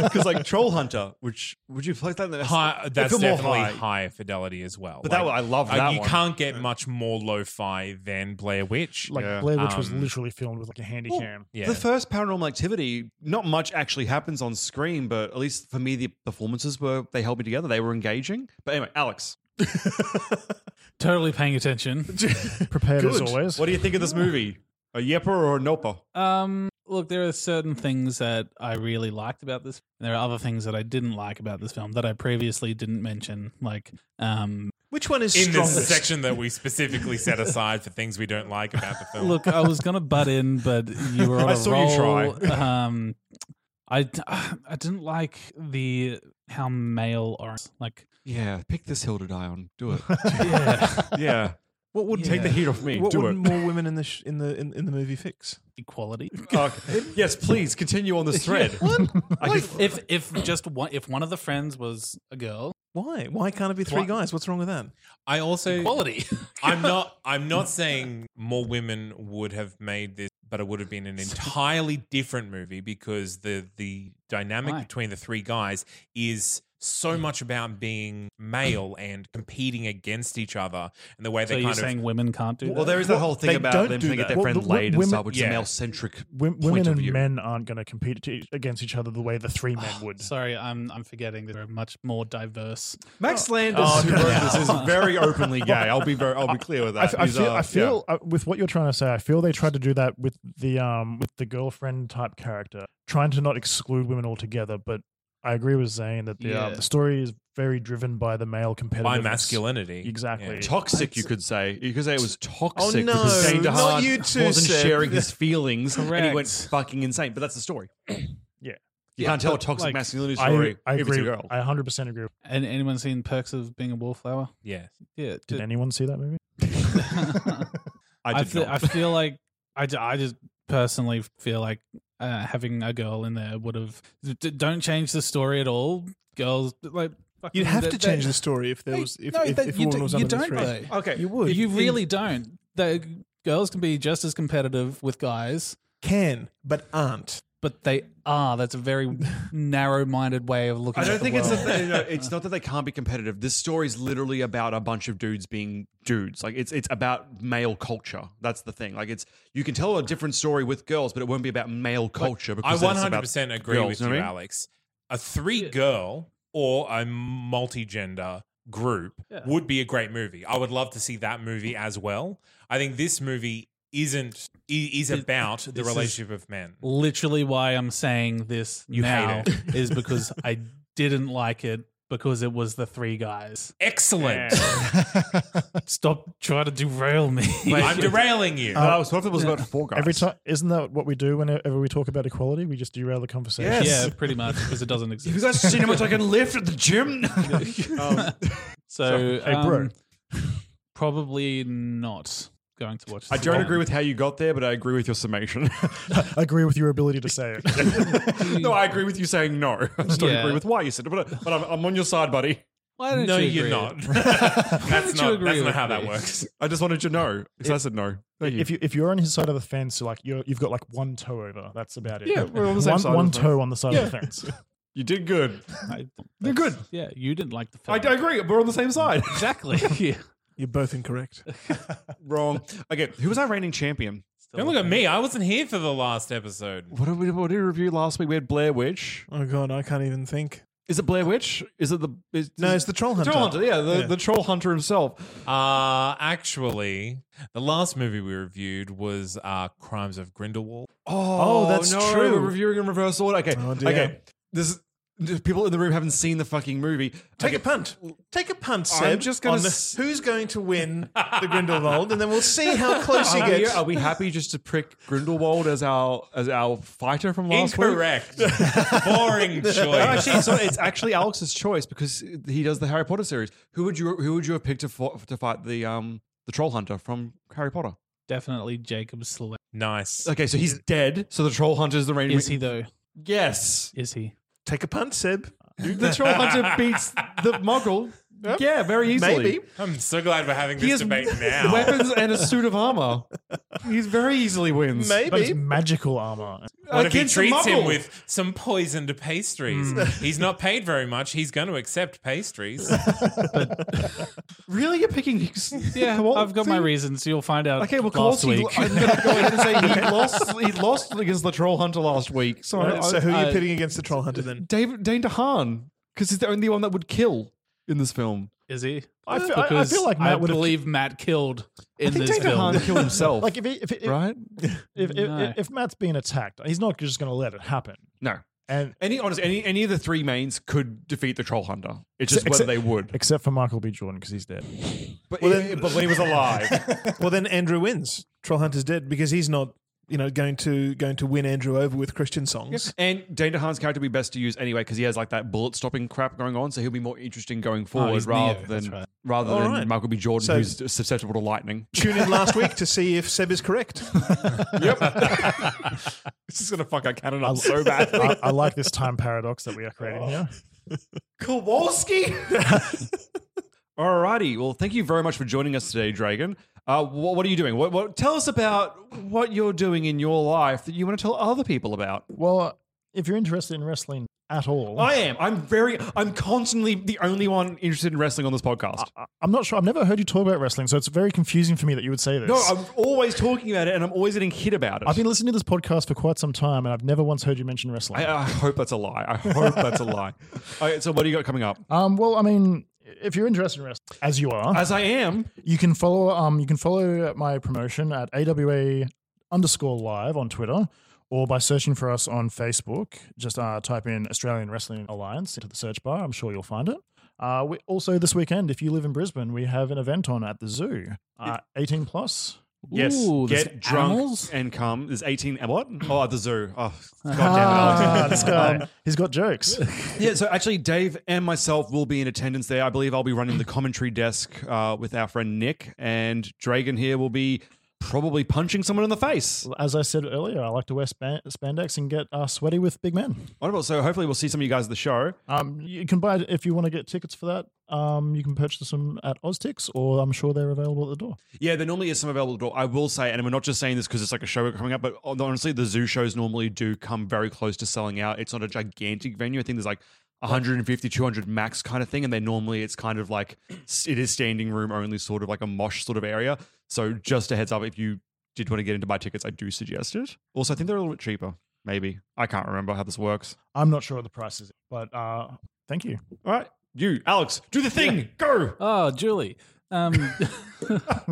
Speaker 10: Because like Troll Hunter, which would you play that? in the-
Speaker 8: Hi, uh,
Speaker 10: I
Speaker 8: that's
Speaker 10: feel more
Speaker 8: definitely
Speaker 10: high.
Speaker 8: higher fidelity as well.
Speaker 10: But that one- I love
Speaker 8: uh,
Speaker 10: that
Speaker 8: You
Speaker 10: one.
Speaker 8: can't get much more lo-fi than Blair Witch.
Speaker 7: Like Blair Witch was
Speaker 8: Um,
Speaker 7: literally filmed with like a handy cam.
Speaker 8: yeah.
Speaker 10: The first Paranormal Activity, not much actually happens on screen, but at least for me, the performances were they held me together. They were engaging. But anyway, Alex,
Speaker 1: Totally paying attention.
Speaker 7: Prepared as
Speaker 10: good.
Speaker 7: always.
Speaker 10: What do you think of this movie? A yepper or a noper?
Speaker 1: Um, look, there are certain things that I really liked about this. And there are other things that I didn't like about this film that I previously didn't mention. Like, um,
Speaker 4: Which one is
Speaker 8: in this
Speaker 4: strongest?
Speaker 8: section that we specifically set aside for things we don't like about the film.
Speaker 1: look, I was gonna butt in, but you were on
Speaker 8: I
Speaker 1: a
Speaker 8: saw you try.
Speaker 1: roll. Um, I I didn't like the how male orange like.
Speaker 10: Yeah, pick this hill to die on. Do it.
Speaker 1: Yeah.
Speaker 10: yeah.
Speaker 4: What would
Speaker 1: Take the heat off
Speaker 10: me.
Speaker 4: What
Speaker 10: Do
Speaker 4: would
Speaker 10: it.
Speaker 4: more women in the sh- in the in, in the movie fix?
Speaker 1: Equality.
Speaker 10: Okay. Yes, please continue on this thread.
Speaker 1: Like, if if just one if one of the friends was a girl,
Speaker 4: Why? Why can't it be three
Speaker 1: Why-
Speaker 4: guys? What's wrong with that?
Speaker 8: I also
Speaker 1: Equality.
Speaker 8: I'm not. I'm not saying more women would have made this, but it would have been an entirely different movie because the the dynamic
Speaker 1: Why?
Speaker 8: between the three guys is so much about being male and competing against each other and the way
Speaker 1: so
Speaker 8: they
Speaker 1: you're
Speaker 8: kind
Speaker 1: saying
Speaker 8: of
Speaker 1: women can't do that?
Speaker 10: Well, there is that whole thing
Speaker 7: They
Speaker 10: about
Speaker 7: don't
Speaker 10: them
Speaker 7: do
Speaker 10: trying to get
Speaker 7: that.
Speaker 10: their
Speaker 7: Well,
Speaker 10: friend
Speaker 7: the wo-
Speaker 10: laid and
Speaker 7: women-
Speaker 10: stuff, which is
Speaker 7: Yeah.
Speaker 10: a male centric
Speaker 7: Wom-
Speaker 10: point
Speaker 7: women
Speaker 10: of
Speaker 7: and
Speaker 10: view.
Speaker 7: men aren't going to compete to- e, against each other the way the three men would.
Speaker 1: Sorry, I'm I'm forgetting that we're much more diverse.
Speaker 10: Max Landis,
Speaker 1: Oh,
Speaker 10: who
Speaker 1: no.
Speaker 10: wrote this, is very openly gay. I'll be very, I'll be clear with
Speaker 7: I,
Speaker 10: that.
Speaker 7: f- I
Speaker 10: He's,
Speaker 7: feel,
Speaker 10: uh,
Speaker 7: I feel uh, with what you're trying to say. I feel they tried to do that with the um with the girlfriend type character, trying to not exclude women altogether. But I agree with Zane that the uh,
Speaker 10: Yeah.
Speaker 7: the story is very driven by the male competitiveness.
Speaker 8: by masculinity.
Speaker 7: Exactly.
Speaker 8: Yeah.
Speaker 10: toxic, you could say. You could say it was toxic
Speaker 4: no,
Speaker 10: because Dane
Speaker 4: not
Speaker 10: DeHaan
Speaker 4: you two,
Speaker 10: wasn't
Speaker 4: Seb.
Speaker 10: sharing his feelings and he went
Speaker 1: Correct.
Speaker 10: fucking insane. But that's the story. You
Speaker 7: Yeah.
Speaker 10: can't tell a
Speaker 1: but,
Speaker 10: toxic
Speaker 1: like,
Speaker 10: masculinity
Speaker 7: I-
Speaker 10: story
Speaker 7: I,
Speaker 10: if it's a
Speaker 7: agree.
Speaker 10: girl.
Speaker 7: I 100 percent agree.
Speaker 1: And anyone seen Perks of Being a Wallflower?
Speaker 8: Yeah.
Speaker 1: Yeah.
Speaker 7: Did
Speaker 1: d-
Speaker 7: anyone see that movie?
Speaker 1: I,
Speaker 10: did
Speaker 1: feel,
Speaker 10: not.
Speaker 1: I feel like I, ju- I just personally feel like uh, having a girl in there would have d- don't change the story at all. Girls like fucking-
Speaker 4: You'd have
Speaker 1: they-
Speaker 4: to
Speaker 1: they-
Speaker 4: change the story if there was if
Speaker 1: No,
Speaker 4: if,
Speaker 1: Oh, that-
Speaker 4: if
Speaker 1: you
Speaker 4: woman
Speaker 1: d-
Speaker 4: was
Speaker 1: you
Speaker 4: under the
Speaker 1: don't
Speaker 4: three.
Speaker 1: though.
Speaker 4: you would.
Speaker 1: You really don't. The girls can be just as competitive with guys,
Speaker 4: can but aren't.
Speaker 1: but they are. That's a very narrow-minded way of looking.
Speaker 10: I
Speaker 1: at
Speaker 10: don't
Speaker 1: the
Speaker 10: think it's a
Speaker 1: world.
Speaker 10: thing. No, it's not that they can't be competitive. This story is literally about a bunch of dudes being dudes. Like it's it's about male culture. That's the thing. Like it's you can tell a different story with girls, but it won't be about male culture.
Speaker 8: I
Speaker 10: Because
Speaker 8: one
Speaker 10: it's about
Speaker 8: hundred percent agree
Speaker 10: girls,
Speaker 8: with
Speaker 10: know
Speaker 8: you,
Speaker 10: what I mean?
Speaker 8: Alex. A three girl or a multi gender group would be a great movie. I would love to see that movie as well. I think this movie isn't i- is about the
Speaker 1: this is-
Speaker 8: relationship of men.
Speaker 1: Literally, why I'm saying this
Speaker 8: You hate
Speaker 1: now
Speaker 8: it.
Speaker 1: is because I didn't like it because it was the three guys.
Speaker 8: Excellent.
Speaker 1: Stop trying to derail me.
Speaker 8: I'm derailing you.
Speaker 7: Uh, Every
Speaker 1: Every
Speaker 7: time, isn't that what we do whenever we talk about equality? We just derail the conversation.
Speaker 1: Yeah, pretty much because it doesn't exist.
Speaker 7: you guys seen how much I can
Speaker 10: lift at the gym?
Speaker 1: Um, so,
Speaker 10: Sorry. Hey, bro.
Speaker 1: um, probably not going to watch.
Speaker 10: I
Speaker 1: this
Speaker 10: don't
Speaker 1: again.
Speaker 10: agree with how you got there, but I agree with your summation.
Speaker 7: I agree with your ability to say it.
Speaker 10: no, I agree with you saying no. I just don't
Speaker 7: Yeah.
Speaker 10: agree with why you said it, but, but I'm, I'm on your side, buddy.
Speaker 1: Why don't
Speaker 8: no,
Speaker 1: you
Speaker 8: you're
Speaker 1: agree?
Speaker 8: not.
Speaker 1: Why
Speaker 8: that's
Speaker 1: don't you
Speaker 8: not,
Speaker 1: agree
Speaker 8: that's not
Speaker 1: with
Speaker 8: how that
Speaker 1: me?
Speaker 8: works.
Speaker 10: I just wanted you to know because I said no. Thank you.
Speaker 7: if you if you're on his side of the fence, like you're, you've got like one toe over. That's about it.
Speaker 10: Yeah, we're on the same
Speaker 7: one,
Speaker 10: side of
Speaker 7: one
Speaker 10: the
Speaker 7: toe
Speaker 10: fence.
Speaker 7: on the side
Speaker 10: Yeah.
Speaker 7: of the fence.
Speaker 10: you did good.
Speaker 1: I,
Speaker 10: You're good.
Speaker 1: yeah, you didn't like the
Speaker 10: I,
Speaker 1: film.
Speaker 10: I agree. We're on the same side.
Speaker 1: Exactly. yeah.
Speaker 4: You're both incorrect.
Speaker 10: Wrong. Okay, who was our reigning champion?
Speaker 8: Don't look at me. I wasn't here for the last episode.
Speaker 10: What did we, what did we review last week? We had Blair Witch.
Speaker 4: Oh god, I can't even think.
Speaker 10: Is it Blair Witch? Is it the is,
Speaker 4: No, it's the troll hunter.
Speaker 10: Troll hunter, yeah, the,
Speaker 4: Yeah.
Speaker 10: the troll hunter himself.
Speaker 8: Uh, actually, the last movie we reviewed was uh, Crimes of Grindelwald.
Speaker 10: Oh,
Speaker 4: Oh, that's
Speaker 10: no,
Speaker 4: true.
Speaker 10: We're reviewing in reverse order. Okay,
Speaker 4: Oh, dear.
Speaker 10: okay. This is, people in the room haven't seen the fucking movie.
Speaker 4: Take
Speaker 10: Okay.
Speaker 4: a punt. Take a punt,
Speaker 10: I'm
Speaker 4: Seb.
Speaker 10: just gonna
Speaker 4: on the-
Speaker 10: s-
Speaker 4: who's going to win the Grindelwald, and then we'll see how close he
Speaker 10: Are we-
Speaker 4: gets.
Speaker 10: Are we happy just to prick Grindelwald as our as our fighter from last
Speaker 8: Incorrect. Boring
Speaker 10: week?
Speaker 8: choice.
Speaker 10: No, Oh, actually, so it's actually Alex's choice because he does the Harry Potter series. Who would you who would you have picked to, fo- to fight the um the troll hunter from Harry Potter?
Speaker 1: Definitely Jacob Slay.
Speaker 8: nice.
Speaker 10: Okay, so he's dead. So the troll hunter is the reigning.
Speaker 1: Is he though?
Speaker 10: Yes.
Speaker 1: Is he?
Speaker 4: Take a punt, Seb.
Speaker 10: The troll hunter beats the Muggle. Yeah, very easily.
Speaker 4: Maybe.
Speaker 8: I'm so glad we're having
Speaker 10: He
Speaker 8: this
Speaker 10: has
Speaker 8: debate now.
Speaker 10: weapons and a suit of armor. He very easily wins.
Speaker 7: But it's magical armor.
Speaker 4: Uh,
Speaker 8: What if he
Speaker 10: Against the Hmm.
Speaker 8: treats him
Speaker 10: Muggle.
Speaker 8: with some poisoned pastries? He's not paid very much. He's going to accept pastries.
Speaker 10: Really, you're picking?
Speaker 1: Yeah, I've got my reasons. You'll find out.
Speaker 10: Okay, well, of
Speaker 1: last
Speaker 10: course he,
Speaker 1: week.
Speaker 10: I'm going to go ahead and say he lost. He lost against the troll hunter last week.
Speaker 4: So, so who are you pitting against the troll hunter then?
Speaker 10: Dave, Dane DeHaan, because he's the only one that would kill in this film.
Speaker 1: Is he? Uh,
Speaker 7: I feel- I- I
Speaker 1: Because
Speaker 7: feel like Matt
Speaker 1: I
Speaker 7: would've-
Speaker 1: believe Matt killed in
Speaker 10: think
Speaker 1: this
Speaker 10: Dana
Speaker 1: film.
Speaker 10: Hahn killed himself.
Speaker 7: Like if he, if, if,
Speaker 10: right?
Speaker 7: if, if,
Speaker 1: No.
Speaker 7: if Matt's being attacked, he's not just going to let it happen.
Speaker 10: No.
Speaker 7: And
Speaker 10: Any honest, any any of the three mains could defeat the troll hunter. It's just
Speaker 7: Except-
Speaker 10: whether they would.
Speaker 7: except for Michael B. Jordan because he's dead.
Speaker 10: But,
Speaker 4: Well, then-
Speaker 10: but when he was alive,
Speaker 4: well, then Andrew wins. Troll hunter's dead because he's not, you know, going to going to win Andrew over with Christian songs.
Speaker 10: and Dane DeHaan's character would be best to use anyway because he has like that bullet stopping crap going on, so he'll be more interesting going forward
Speaker 1: Oh, he's
Speaker 10: rather
Speaker 1: Neo,
Speaker 10: than
Speaker 1: that's right.
Speaker 10: rather
Speaker 4: All
Speaker 10: than
Speaker 4: right.
Speaker 10: Michael B. Jordan,
Speaker 4: So-
Speaker 10: who's susceptible to lightning.
Speaker 4: Tune in last week to see if Seb is correct.
Speaker 10: yep. this is gonna fuck our canon up so
Speaker 7: I,
Speaker 10: bad.
Speaker 7: I like this time paradox that we are creating here.
Speaker 10: Kowalski. Alrighty, well, thank you very much for joining us today, Dragon. Uh, wh- what, are you doing? What, what, tell us about what you're doing in your life that you want to tell other people about.
Speaker 7: Well, if you're interested in wrestling at all,
Speaker 10: I am. I'm very. I'm constantly the only one interested in wrestling on this podcast.
Speaker 1: Uh,
Speaker 7: I'm not sure. I've never heard you talk about wrestling, so it's very confusing for me that you would say this.
Speaker 10: No, I'm always talking about it, and I'm always getting hit about it.
Speaker 7: I've been listening to this podcast for quite some time, and I've never once heard you mention wrestling.
Speaker 10: I, uh, I hope that's a lie. I hope that's a lie. All right, so what do you got coming up?
Speaker 7: um, well, I mean, if you're interested in wrestling, as you are,
Speaker 10: As I am,
Speaker 7: you can follow. Um, you can follow my promotion at AWA underscore live on Twitter, or by searching for us on Facebook. Just uh, type in Australian Wrestling Alliance into the search bar. I'm sure you'll find it. Uh, we, also, this weekend, if you live in Brisbane, we have an event on at the zoo. Uh, 18 plus.
Speaker 10: yes,
Speaker 1: Ooh, there's
Speaker 10: get drunk
Speaker 1: animals?
Speaker 10: and come. There's 18 and what? Oh, at the zoo. Oh, god damn it,
Speaker 7: Ah,
Speaker 10: Alex. Um,
Speaker 7: this guy, he's got jokes.
Speaker 10: Yeah, so actually, Dave and myself will be in attendance there. I believe I'll be running the commentary desk uh, with our friend Nick, and Dragon here will be probably punching someone in the face.
Speaker 7: As I said earlier, I like to wear span- spandex and get uh, sweaty with big men.
Speaker 10: Wonderful. So hopefully, we'll see some of you guys at the show.
Speaker 7: Um, you can buy it if you want to get tickets for that. Um, you can purchase them at Oztix, or I'm sure they're available at the door.
Speaker 10: Yeah, there normally is some available. at the door. I will say, and we're not just saying this because it's like a show coming up, but honestly, the zoo shows normally do come very close to selling out. It's not a gigantic venue. I think there's like 150, 200 max kind of thing, and then normally it's kind of like it is standing room only, sort of like a mosh sort of area. So just a heads up, if you did want to get into buy tickets, I do suggest it. Also, I think they're a little bit cheaper. Maybe I can't remember how this works.
Speaker 7: I'm not sure of the prices, but uh, thank you.
Speaker 10: All right. You, Alex, do the thing. Go.
Speaker 1: Oh, Julie. Um,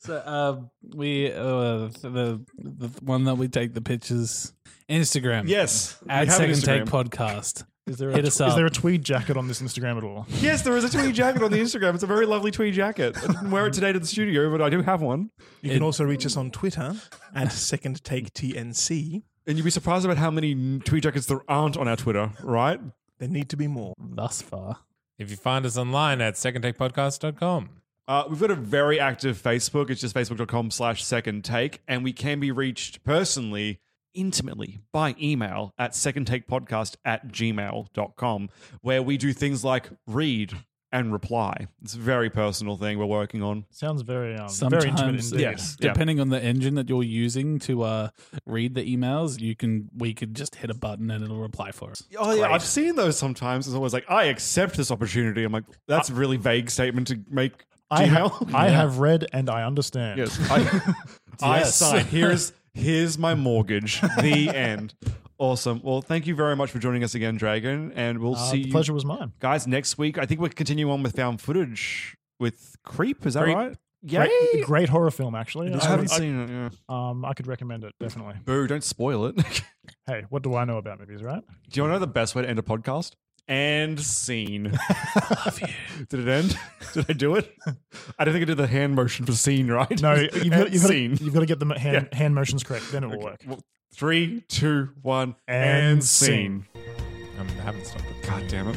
Speaker 1: so uh, we uh, the the one that we take the pictures. Instagram.
Speaker 10: Yes, we
Speaker 1: At
Speaker 10: have an
Speaker 1: Second Take
Speaker 10: Instagram.
Speaker 1: Podcast.
Speaker 7: Is there a,
Speaker 1: Hit us up.
Speaker 7: Is there a tweed jacket on this Instagram at all?
Speaker 10: Yes, there is a tweed jacket on the Instagram. It's a very lovely tweed jacket. I didn't wear it today to the studio, but I do have one.
Speaker 4: You can also reach us on Twitter at Second Take TNC.
Speaker 10: And you'd be surprised about how many tweed jackets there aren't on our Twitter, right?
Speaker 4: There need to be more.
Speaker 1: Thus far.
Speaker 21: If you find us online at secondtakepodcast.com.
Speaker 10: Uh, we've got a very active Facebook. It's just facebook.com slash second take. And we can be reached personally, intimately, by email at secondtakepodcast at gmail.com, where we do things like read and reply. It's a very personal thing we're working on.
Speaker 7: Sounds very um, very intimate.
Speaker 1: Sometimes,
Speaker 7: Indeed.
Speaker 10: Yes. Yeah.
Speaker 1: depending on the engine that you're using to uh, read the emails, you can we could just hit a button and it'll reply for us.
Speaker 10: Oh yeah, I've seen those sometimes. It's always like, I accept this opportunity. I'm like, that's a really vague statement to make.
Speaker 7: I, ha-
Speaker 10: Gmail.
Speaker 7: I have read and I understand.
Speaker 10: Yes, I, I
Speaker 7: Yes.
Speaker 10: sign. Here's here's my mortgage. The end. Awesome. Well, thank you very much for joining us again, Dragon, and we'll
Speaker 7: Uh,
Speaker 10: see.
Speaker 7: the
Speaker 10: you
Speaker 7: pleasure was mine.
Speaker 10: guys. Next week, I think we're continuing on with found footage with Creep. Is that
Speaker 7: Creep.
Speaker 10: right?
Speaker 7: Great,
Speaker 10: Yay!
Speaker 7: great horror film, actually.
Speaker 10: I haven't seen it. Yeah.
Speaker 7: Um, I could recommend it definitely.
Speaker 10: Boo! Don't spoil it. Do
Speaker 7: Hey, what do I know about movies, right?
Speaker 10: you want to know the best way to end a podcast? And scene. I love you. Did it end? Did I do it? I don't think I did the hand motion for scene, right?
Speaker 7: No, you've got,
Speaker 10: And
Speaker 7: you've got, to,
Speaker 10: scene.
Speaker 7: you've got to get the mo- hand, hand motions correct. Then it will work.
Speaker 10: Well, Three, two, one,
Speaker 7: And
Speaker 10: and, scene. Um,
Speaker 21: I haven't stopped it.
Speaker 10: God damn it.